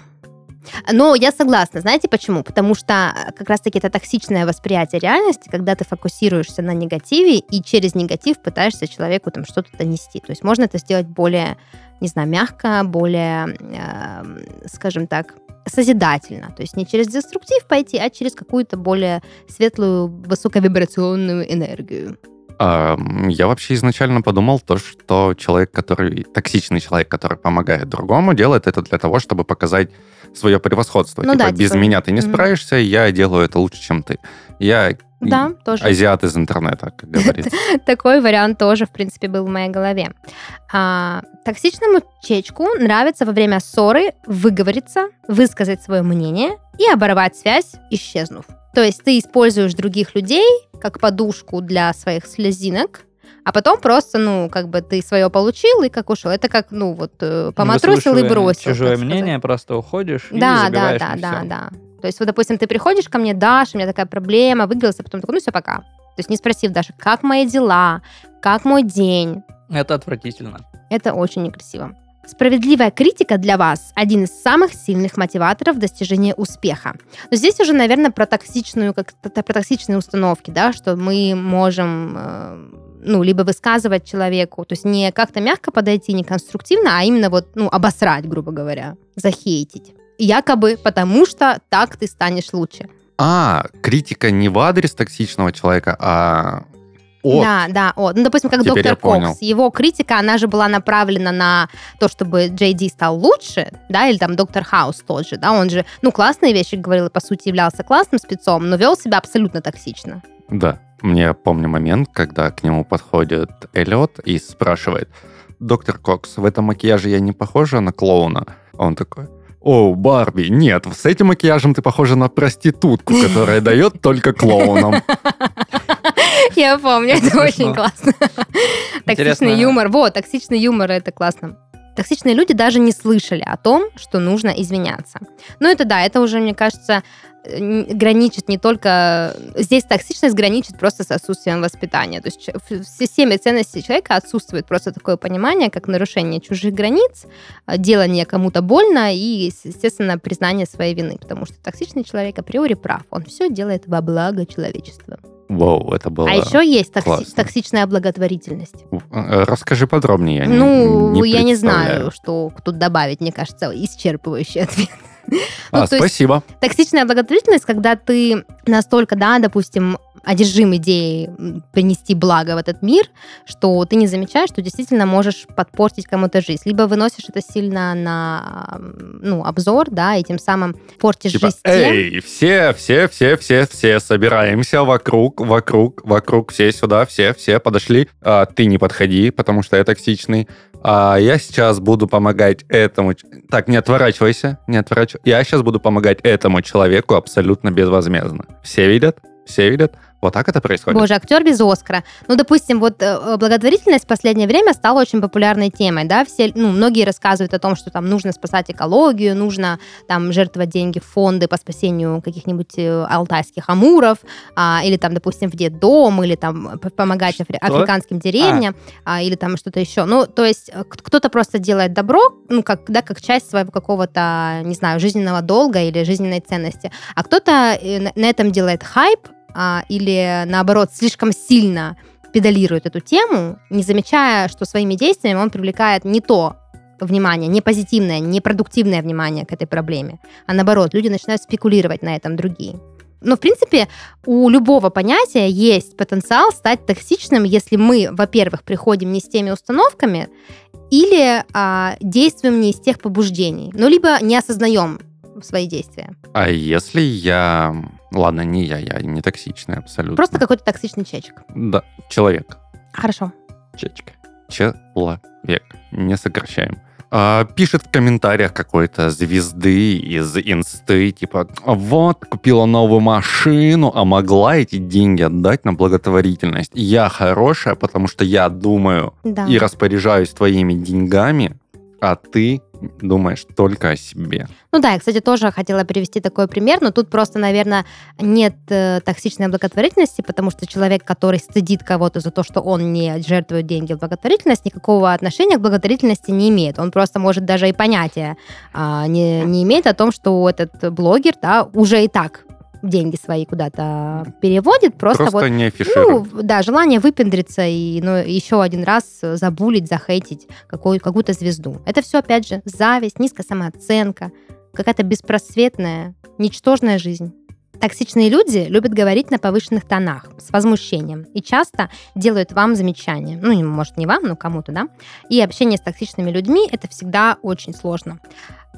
Но я согласна, знаете почему? Потому что э, как раз-таки это токсичное восприятие реальности, когда ты фокусируешься на негативе и через негатив пытаешься человеку там что-то донести. То есть можно это сделать более, не знаю, мягко, более, эм, скажем так, созидательно. То есть не через деструктив пойти, а через какую-то более светлую, высоковибрационную энергию. А, м, Я вообще изначально подумал то, что человек, который токсичный человек, который помогает другому, делает это для того, чтобы показать свое превосходство. Ну типа, да, без типа, меня ты не мгм. справишься, я делаю это лучше, чем ты. Я Да, тоже. А азиат из интернета, как говорится. Такой вариант тоже, в принципе, был в моей голове. А, токсичному чечку нравится во время ссоры выговориться, высказать свое мнение и оборвать связь, исчезнув. То есть ты используешь других людей как подушку для своих слезинок, а потом просто, ну, как бы ты свое получил и как ушел. Это как, ну, вот, э, поматросил и Выслушивая бросил. Чужое так сказать. мнение, просто уходишь и Да, да, забиваешь да, на да, всё. да. То есть, вот, допустим, ты приходишь ко мне, Даша, у меня такая проблема, выговорился, потом такой, ну все, пока. То есть не спросив даже, как мои дела, как мой день. Это отвратительно. Это очень некрасиво. Справедливая критика для вас – один из самых сильных мотиваторов достижения успеха. Но здесь уже, наверное, про токсичную, как про токсичные установки, да, что мы можем э, ну, либо высказывать человеку, то есть не как-то мягко подойти, не конструктивно, а именно вот, ну, обосрать, грубо говоря, захейтить. Якобы потому что так ты станешь лучше. А, критика не в адрес токсичного человека, а от. Да, да, от. Ну, допустим, как Теперь я доктор понял. Кокс. Его критика, она же была направлена на то, чтобы Джей Ди стал лучше, да, или там доктор Хаус тот же, да, он же, ну, классные вещи говорил и, по сути, являлся классным спецом, но вел себя абсолютно токсично. Да. Мне помню момент, когда к нему подходит Эллиот и спрашивает, «Доктор Кокс, в этом макияже я не похожа на клоуна?» А он такой, «О, Барби, нет, с этим макияжем ты похожа на проститутку, которая дает только клоунам». Я помню, это Смешно. очень классно. Интересно. Токсичный юмор. Вот, токсичный юмор, это классно. Токсичные люди даже не слышали о том, что нужно извиняться. Ну, это да, это уже, мне кажется, э, н- граничит не только... Здесь токсичность граничит просто с отсутствием воспитания. То есть ч- в в системе ценностей человека отсутствует просто такое понимание, как нарушение чужих границ, э, делание кому-то больно и, ес- естественно, признание своей вины, потому что токсичный человек априори прав. Он все делает во благо человечества. Вау, это было... А еще есть токси- классно. токсичная благотворительность. Э, Расскажи подробнее, я не- ну, не я не представляю. знаю, что тут добавить, мне кажется, исчерпывающий ответ. А, Ну, то есть- спасибо. Токсичная благотворительность, когда ты настолько, да, допустим, одержим идеей м, принести благо в этот мир, что ты не замечаешь, что действительно можешь подпортить кому-то жизнь. Либо выносишь это сильно на м, ну, обзор, да, и тем самым портишь Типа, жизнь тем, эй, все, все, все, все, все, собираемся вокруг, вокруг, вокруг, все сюда, все, все, подошли. А, ты не подходи, потому что я токсичный. А, я сейчас буду помогать этому... ч- Так, не отворачивайся, не отворачивайся. Я сейчас буду помогать этому человеку абсолютно безвозмездно. Все видят? Все видят? Вот так это происходит? Боже, актер без Оскара. Ну, допустим, вот э, благотворительность в последнее время стала очень популярной темой, да, все, ну, многие рассказывают о том, что там нужно спасать экологию, нужно там жертвовать деньги в фонды по спасению каких-нибудь э, алтайских амуров, а, или там, допустим, в детдом, или там п- помогать афри- Что? африканским деревням, а, или там что-то еще. Ну, то есть э, к- кто-то просто делает добро, ну, как, да, как часть своего какого-то, не знаю, жизненного долга или жизненной ценности. А кто-то э, на на этом делает хайп а, или, наоборот, слишком сильно педалирует эту тему, не замечая, что своими действиями он привлекает не то внимание, не позитивное, не продуктивное внимание к этой проблеме, а наоборот, люди начинают спекулировать на этом другие. Но, в принципе, у любого понятия есть потенциал стать токсичным, если мы, во-первых, приходим не с теми установками, или а, действуем не из тех побуждений, ну, либо не осознаем свои действия. А если я... Ладно, не я, я не токсичный абсолютно. Просто какой-то токсичный чечек. Да, человек. Хорошо. Чечка. человек. Не сокращаем. А, пишет в комментариях какой-то звезды из инсты, типа, вот, купила новую машину, а могла эти деньги отдать на благотворительность. Я хорошая, потому что я думаю Да. и распоряжаюсь твоими деньгами, а ты думаешь только о себе. Ну да, я, кстати, тоже хотела привести такой пример, но тут просто, наверное, нет э, токсичной благотворительности, потому что человек, который стыдит кого-то за то, что он не жертвует деньги в благотворительность, никакого отношения к благотворительности не имеет. Он просто может даже и понятия а, не, не имеет о том, что этот блогер, да, уже и так деньги свои куда-то переводит, просто, Просто, вот не афишируй. Ну, да, желание выпендриться и ну, еще один раз э, забулить, захейтить какую- какую-то звезду. Это все, опять же, зависть, низкая самооценка, какая-то беспросветная, ничтожная жизнь. Токсичные люди любят говорить на повышенных тонах, с возмущением, и часто делают вам замечания. Ну, не- может, не вам, но кому-то, да? И общение с токсичными людьми – это всегда очень сложно.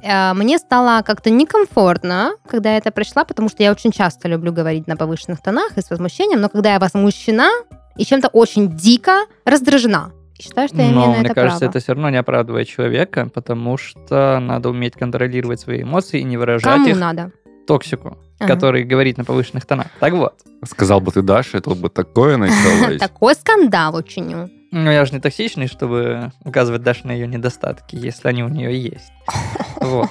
Э, Мне стало как-то некомфортно, когда я это пришла, потому что я очень часто люблю говорить на повышенных тонах и с возмущением, но когда я возмущена и чем-то очень дико раздражена, и считаю, что я имею Но на мне это кажется, право. это все равно не оправдывает человека, потому что надо уметь контролировать свои эмоции и не выражать Кому их надо? токсику, Ага. который говорит на повышенных тонах. Так вот. Сказал бы ты Даше, тут бы такое началось. Такой скандал учиню. Ну, я же не токсичный, чтобы указывать Даше на ее недостатки, если они у нее есть. Вот.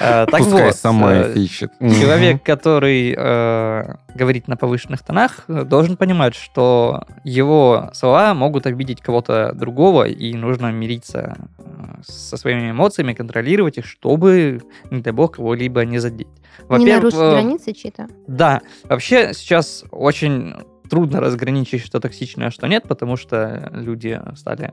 Э, Так Пускай вот, сама э, их ищет. Человек, который э, говорит на повышенных тонах, э, должен понимать, что его слова могут обидеть кого-то другого, и нужно мириться э, со своими эмоциями, контролировать их, чтобы, не дай бог, кого-либо не задеть. Не нарушить э, границы чьи-то. да, вообще сейчас очень трудно разграничить, что токсичное, а что нет, потому что люди стали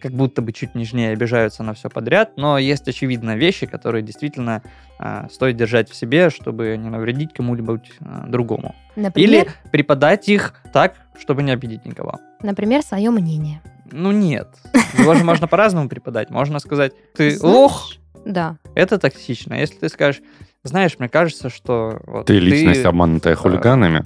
как будто бы чуть нежнее обижаются на все подряд, но есть, очевидно, вещи, которые действительно э, стоит держать в себе, чтобы не навредить кому-либо э, другому. Например, Или преподать их так, чтобы не обидеть никого. например, свое мнение. Ну нет. Его же можно по-разному преподать. Можно сказать, ты Знаешь, лох, Да. это токсично. Если ты скажешь, знаешь, мне кажется, что вот Ты личность, обманутая хулиганами.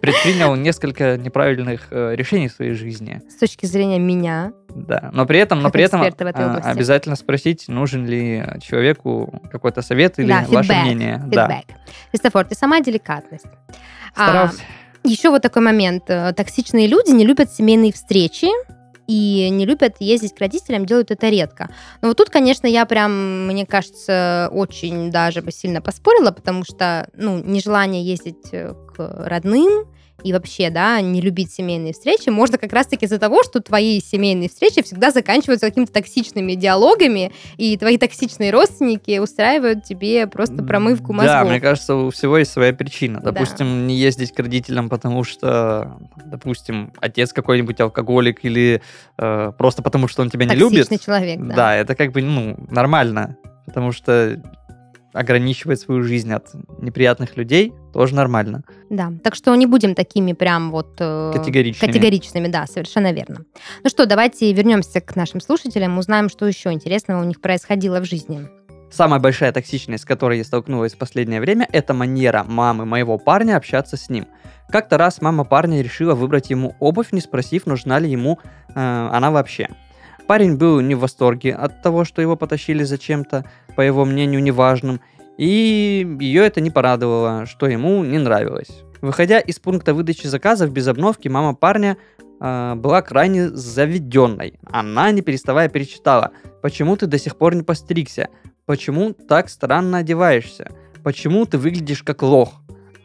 предпринял несколько неправильных э, решений в своей жизни. С точки зрения меня, Да, но при этом, но Как при этом эксперты в этой а, области. обязательно спросить, нужен ли человеку какой-то совет или Да, ваше фидбэк, мнение. Да, фидбэк. Христофор, ты сама деликатность. А, старался. Еще вот такой момент. Э, Токсичные люди не любят семейные встречи и не любят ездить к родителям, делают это редко. Но вот тут, конечно, я прям, мне кажется, очень даже бы сильно поспорила, потому что, ну, нежелание ездить э, к родным и вообще, да, не любить семейные встречи можно как раз-таки из-за того, что твои семейные встречи всегда заканчиваются какими-то токсичными диалогами, и твои токсичные родственники устраивают тебе просто промывку мозгов. Да, мне кажется, у всего есть своя причина. Да. Допустим, не ездить к родителям, потому что, допустим, отец какой-нибудь алкоголик или э, просто потому, что он тебя не любит. Токсичный человек, Да. да. это как бы, ну, нормально, потому что ограничивать свою жизнь от неприятных людей тоже нормально, Да, так что не будем такими прям вот э, категорично. категоричными, да, совершенно верно. Ну что, давайте вернемся к нашим слушателям, узнаем, что еще интересного у них происходило в жизни. Самая большая токсичность, с которой я столкнулась в последнее время, это манера мамы моего парня общаться с ним. Как-то раз мама парня решила выбрать ему обувь, не спросив, нужна ли ему э, она вообще. Парень был не в восторге от того, что его потащили зачем-то, по его мнению, неважным, и ее это не порадовало, что ему не нравилось. Выходя из пункта выдачи заказов без обновки, мама парня э, была крайне заведенной. Она, не переставая, перечитала «Почему ты до сих пор не постригся? Почему так странно одеваешься? Почему ты выглядишь как лох?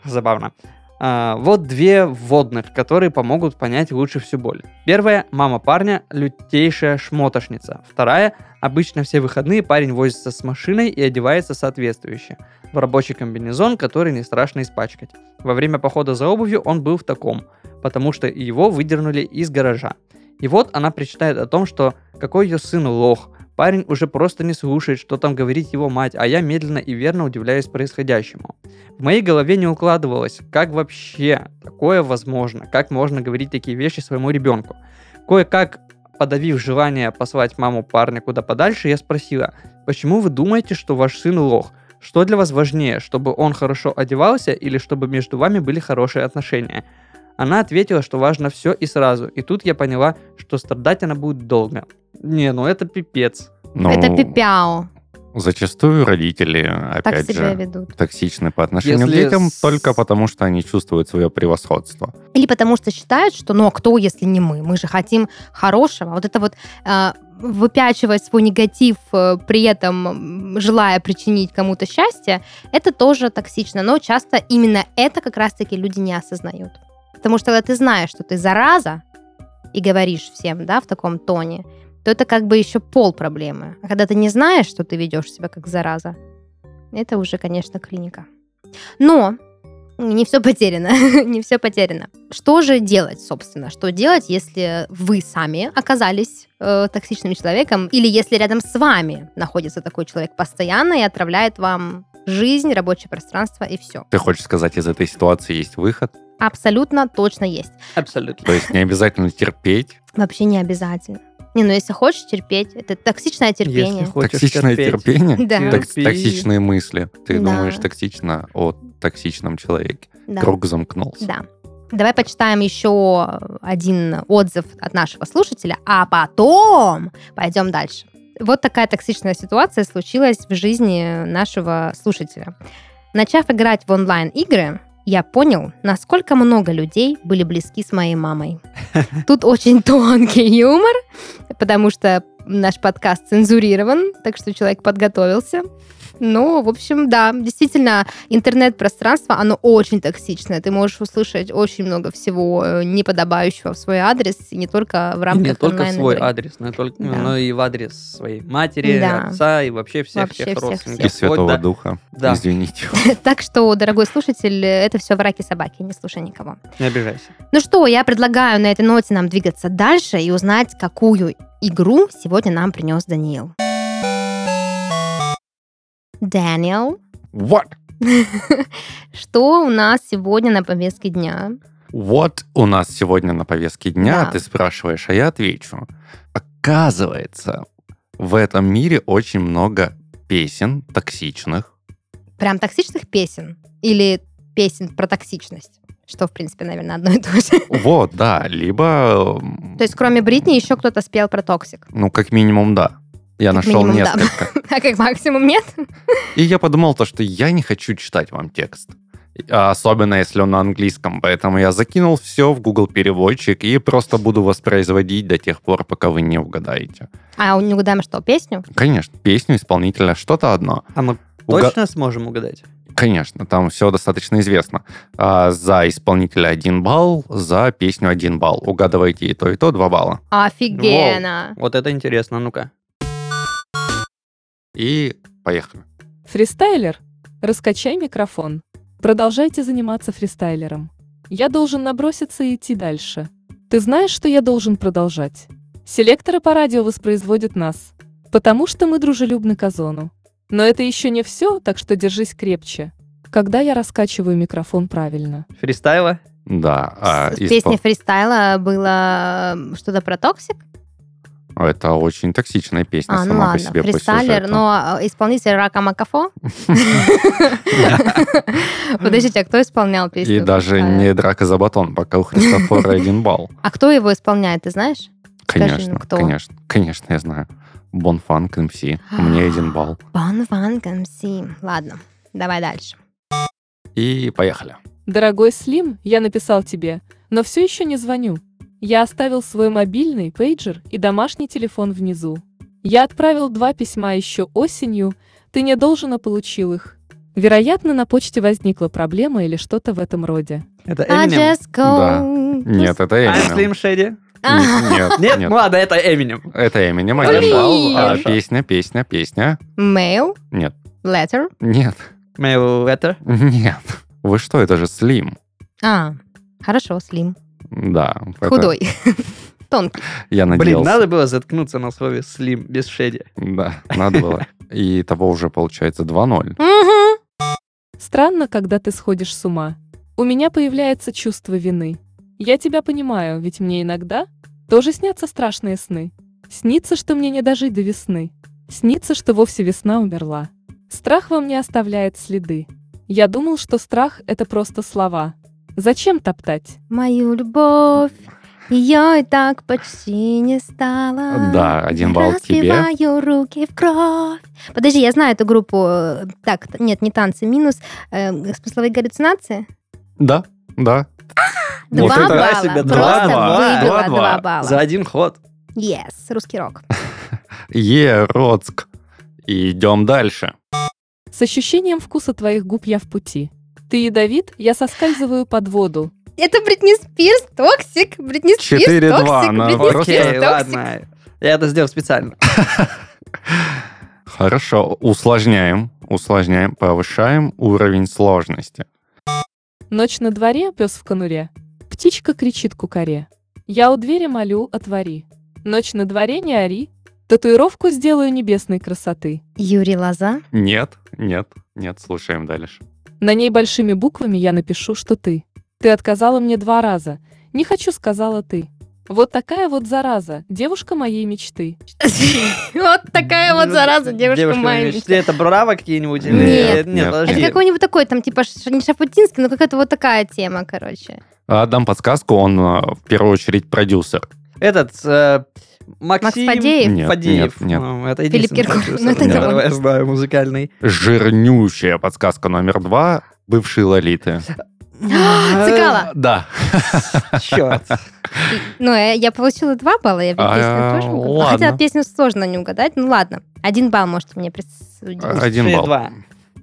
Забавно. А, вот две вводных, которые помогут понять лучше всю боль. Первая – мама парня, лютейшая шмотошница. Вторая – обычно все выходные парень возится с машиной и одевается соответствующе. В рабочий комбинезон, который не страшно испачкать. Во время похода за обувью он был в таком, потому что его выдернули из гаража. И вот она причитает о том, что какой ее сын лох, Парень уже просто не слушает, что там говорит его мать, а я медленно и верно удивляюсь происходящему. В моей голове не укладывалось, как вообще такое возможно, как можно говорить такие вещи своему ребенку. Кое-как подавив желание послать маму парня куда подальше, я спросила, почему вы думаете, что ваш сын лох? Что для вас важнее, чтобы он хорошо одевался или чтобы между вами были хорошие отношения? Она ответила, что важно все и сразу. И тут я поняла, что страдать она будет долго. Не, ну это пипец. Ну, Это пипяо, Зачастую родители, так опять себя же, ведут. токсичны по отношению к Если детям с- только потому, что они чувствуют свое превосходство. Или потому что считают, что ну а кто, если не мы? Мы же хотим хорошего. Вот это вот э, выпячивать свой негатив, э, при этом м, желая причинить кому-то счастье, это тоже токсично. Но часто именно это как раз-таки люди не осознают. Потому что когда ты знаешь, что ты зараза, и говоришь всем, да, в таком тоне, то это как бы еще пол проблемы. А когда ты не знаешь, что ты ведешь себя как зараза, это уже, конечно, клиника. Но не все потеряно, не все потеряно. Что же делать, собственно? Что делать, если вы сами оказались э, токсичным человеком, или если рядом с вами находится такой человек постоянно и отравляет вам жизнь, рабочее пространство и все? Ты хочешь сказать, из этой ситуации есть выход? Абсолютно точно есть. Абсолютно. То есть не обязательно терпеть? Вообще не обязательно. Не, ну если хочешь терпеть, это токсичное терпение. Если хочешь Токсичное терпеть. терпение? Да, Токс- Терпи. Токсичные мысли. Да. Ты думаешь токсично о токсичном человеке. да. Круг замкнулся. Да. Давай почитаем еще один отзыв от нашего слушателя, а потом пойдем дальше. Вот такая токсичная ситуация случилась в жизни нашего слушателя. Начав играть в онлайн-игры, я понял, насколько много людей были близки с моей мамой. Тут очень тонкий юмор, потому что наш подкаст цензурирован, так что человек подготовился. Ну, в общем, да, действительно, интернет-пространство, оно очень токсичное. Ты можешь услышать очень много всего э, неподобающего в свой адрес, и не только в И рамках не только в свой онлайн-игры. адрес, но и, только, Да. но и в адрес своей матери, Да. отца и вообще всех Вообще тех всех, родственников. всех. И Вплоть до- Святого Духа. Да. Извините. Так что, дорогой слушатель, э, это все в раке собаки, не слушай никого. Не обижайся. Ну что, я предлагаю на этой ноте нам двигаться дальше и узнать, какую игру сегодня нам принес Даниил. Даниил, What? что у нас сегодня на повестке дня? Вот у нас сегодня на повестке дня, Да. ты спрашиваешь, а я отвечу. Оказывается, в этом мире очень много песен токсичных. Прям токсичных песен или песен про токсичность? Что, в принципе, наверное, одно и то же. Вот, да, либо... м, То есть, кроме Бритни, еще кто-то спел про токсик. Ну, как минимум, да. Я Как нашел минимум, да. несколько. А как максимум нет? И я подумал то, что я не хочу читать вам текст. А Особенно, если он на английском. Поэтому я закинул все в Google переводчик и просто буду воспроизводить до тех пор, пока вы не угадаете. А у Нюгдама что, песню? Конечно, песню исполнителя что-то одно. А мы Уга- точно сможем угадать? Конечно, там все достаточно известно. А за исполнителя один балл, за песню один балл. Угадывайте и то, и то два балла. Офигенно! Вот это интересно, ну-ка. И поехали. Фристайлер, раскачай микрофон. Продолжайте заниматься фристайлером. Я должен наброситься и идти дальше. Ты знаешь, что я должен продолжать. Селекторы по радио воспроизводят нас, потому что мы дружелюбны к озону. Но это еще не все, так что держись крепче. Когда я раскачиваю микрофон правильно? Фристайла? Да. а С- в испол- песне фристайла было э, что-то про токсик? Это очень токсичная песня А, ну сама по ладно, себе. по фристайлер, сюжету. но э, исполнитель Рака Макафо? Подождите, а кто исполнял песню? И даже фристайла? не драка за батон, пока у Христофора один балл. А кто его исполняет, ты знаешь? Скажи, ну, Конечно, кто? конечно, конечно, я знаю. Бонфанк МС, мне один балл. Бан Ван Гамси. Ладно, давай дальше. И поехали. Дорогой Слим, я написал тебе, но все еще не звоню. Я оставил свой мобильный, пейджер и домашний телефон внизу. Я отправил два письма еще осенью, ты не должен, а получил их. Вероятно, на почте возникла проблема или что-то в этом роде. Это I Eminem? just go. Нет, это I'm Slim Эминем. Shady? А, Нет, А, Нет? Ну нет, ладно, это Eminem. это Эминем, Блин. один балл. А, Хорошо. Песня, песня, песня. Mail, Нет, letter. нет, Mail letter. нет. Вы что, это же Слим. А, хорошо, слим. Да. это- Худой. Тонкий. Я Блин, надеялся. надо было заткнуться на слове Slim без Shady. Да, надо было. И того уже получается 2-0. Мгм. Странно, когда ты сходишь с ума. У меня появляется чувство вины. Я тебя понимаю, ведь мне иногда тоже снятся страшные сны. Снится, что мне не дожить до весны. Снится, что вовсе весна умерла. Страх во мне оставляет следы. Я думал, что страх — это просто слова. Зачем топтать? Мою любовь. Ее и так почти не стало. Да, один балл тебе. Разбиваю руки в кровь. Подожди, я знаю эту группу. э, Так, т- нет, не танцы, минус. э, смысловые галлюцинации. Да, да. Два Вот это- балла. Себе, Просто два, два, выбила два, два два. балла. За один ход. Yes, русский рок. Е-Роцк. Идем дальше. С ощущением вкуса твоих губ я в пути. Ты ядовит, я соскальзываю под воду. Это Бритни Спирс, токсик. Бритни Спирс, 4-2 токсик. на Бритни Окей, ну, Окей, Спирс, токсик. ладно. Я это сделал специально. Хорошо, усложняем, усложняем, повышаем уровень сложности. Ночь на дворе, пес в конуре. Птичка кричит кукаре. Я у двери молю, отвори. Ночь на дворе, не ори. Татуировку сделаю небесной красоты. Юрий Лоза. Нет, нет, нет, слушаем дальше. На ней большими буквами я напишу, что ты. Ты отказала мне два раза. Не хочу, сказала ты. Вот такая вот зараза, девушка моей мечты. Вот такая Ну, вот зараза, девушка моя. мечты. Это браво какие-нибудь? или- Нет. Нет, Нет. Это подожди. какой-нибудь такой, там, типа, Ш- не Шафутинский, но какая-то вот такая тема, короче. А, Дам подсказку, он а, в первую очередь продюсер. Этот, э, Макс Максим... Фадеев. Нет, Фадеев. нет, нет. Ну, Это Филипп единственный Киркоров. продюсер, Ну, это да. которого я знаю, музыкальный. Жирнющая подсказка номер два – бывшие лолиты. А, Цикала. Да. Черт. Ну, э, я получила два балла, я ведь песню А, тоже угадала. ладно. Хотя песню сложно не угадать, ну ладно. Один балл можете мне присудить. А, Один балл. 4-2.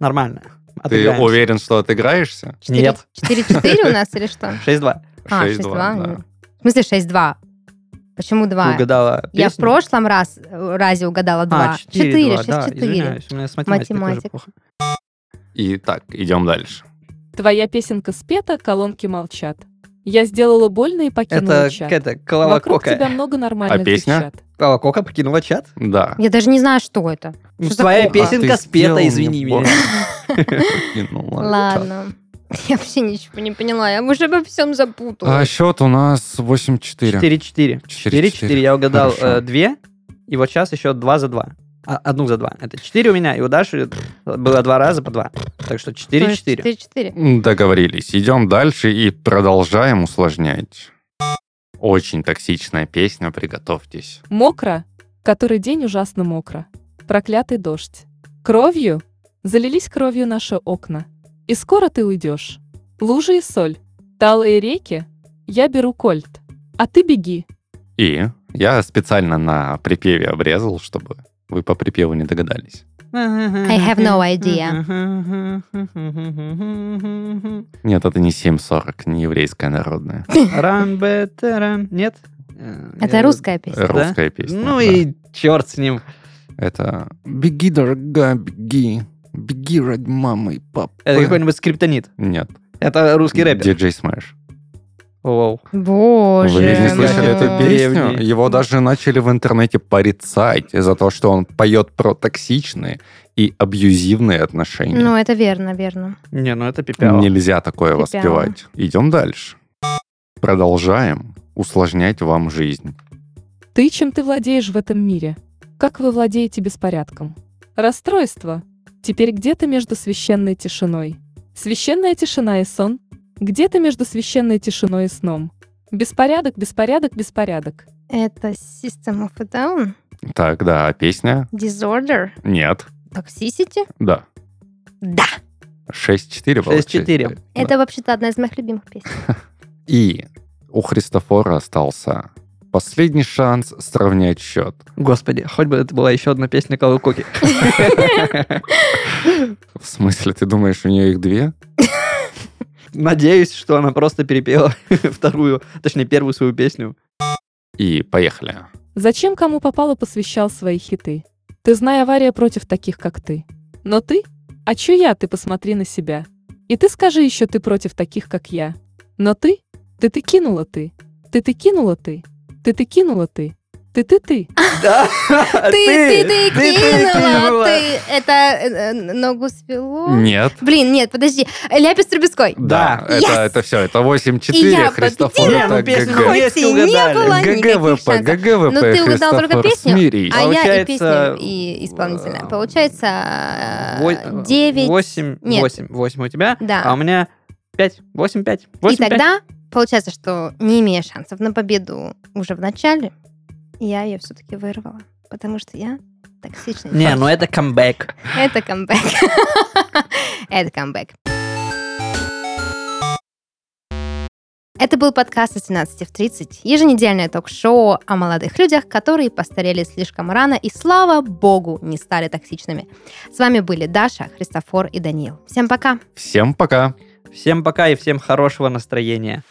Нормально. Ты Отыграемся. уверен, что отыграешься? Четыре- Нет. 4-4 у нас или что? 6-2. А, 6-2, 6-2. да. В смысле 6-2? Почему Ты 2? угадала Я в песню? прошлом раз, э, разе угадала 2. А, 4, 4, 6, 2, да, 4. извиняюсь, у меня с математикой тоже Математик. плохо. Итак, идем дальше. Твоя песенка спета, колонки молчат. Я сделала больно и покинула Это чат. какая-то Вокруг тебя Колокока. много нормальных А песня? девчат. Колокока покинула чат? Да. А Я даже не знаю, что это. Ну, Что Твоя такое? песенка Ты сделал спета, мне ну извини меня. больно. Кинула. Ладно. Я вообще ничего не поняла. Я уже обо всем запутала. А счет у нас 8-4. 4-4. 4-4. 4-4. Я угадал Хорошо. 2, и вот сейчас еще 2 за 2. Одну за 2. Это 4 у меня, и у Даши было два раза по 2. Так что 4-4. 4-4. Договорились. Идем дальше и продолжаем усложнять. Очень токсичная песня, приготовьтесь. Мокро, который день ужасно мокро. Проклятый дождь. Кровью залились кровью наши окна. И скоро ты уйдешь. Лужи и соль, талые реки. Я беру кольт, а ты беги. И я специально на припеве обрезал, чтобы вы по припеву не догадались. I have no idea. Нет, это не 740, не еврейская народная, Run better run. Нет? Э, Это я- русская песня. русская песня. Ну да. и черт с ним. Это «Беги, дорогая, беги, беги ради мамы и папы». Это какой-нибудь скриптонит. Нет, Это русский рэпер. диджей Смэш. Воу. Боже. Вы ведь не слышали мой. Ну, эту песню? Древний. Его даже начали в интернете порицать за то, что он поет про токсичные и абьюзивные Ну, отношения. это верно, верно. Не, ну это пипяло. Нельзя такое Пипяло. воспевать. Идем дальше. Продолжаем усложнять вам жизнь. Ты чем ты владеешь в этом мире? Как вы владеете беспорядком? Расстройство. Теперь где-то между священной тишиной. Священная тишина и сон. Где-то между священной тишиной и сном. Беспорядок, беспорядок, беспорядок. Это System of a Down, Так, да, а песня? Disorder, Нет. Toxicity. Да. Да. 6-4 получается. 6-4. Да. Это вообще-то одна из моих любимых песен. И у Христофора остался последний шанс сравнять счет. Господи, хоть бы это была еще одна песня Колококи. В смысле, ты думаешь, у нее их две? Надеюсь, что она просто перепела вторую, точнее, первую свою песню. И поехали. Зачем кому попало посвящал свои хиты? Ты знай авария против таких, как ты. Но ты? А чё я, ты посмотри на себя. И ты скажи еще ты против таких, как я. Но ты? Ты ты кинула ты. Ты ты кинула ты. Ты ты кинула ты. Ты ты ты. Да, Ты, А ты, ты кинула, кинула. ты. Это э, э, ногу свело. Нет. Блин, нет, подожди. Ляпис Трубецкой. Да, Да. это, Yes! это все, это И я 8-4, Христофор, победила. Не, ну это песню ГГ. вместе Хоть и не угадали. было никаких ГГВП, шансов. ГГВП, Ну, ты угадал только Христофор, песню, смирись. А я и Получается, песню, и исполнителя. э, Получается, 9. 8, э, Нет. 8, 8 у тебя, Да. а у меня 5, 8, 5, 8, И тогда получается, что не имея шансов на победу уже в начале, я ее все-таки вырвала. Потому что я токсичный. Не, ну это камбэк. Это камбэк. Это камбэк. Это был подкаст из 17 в 30, еженедельное ток-шоу о молодых людях, которые постарели слишком рано и, слава богу, не стали токсичными. С вами были Даша, Христофор и Даниил. Всем пока! Всем пока. Всем пока и всем хорошего настроения.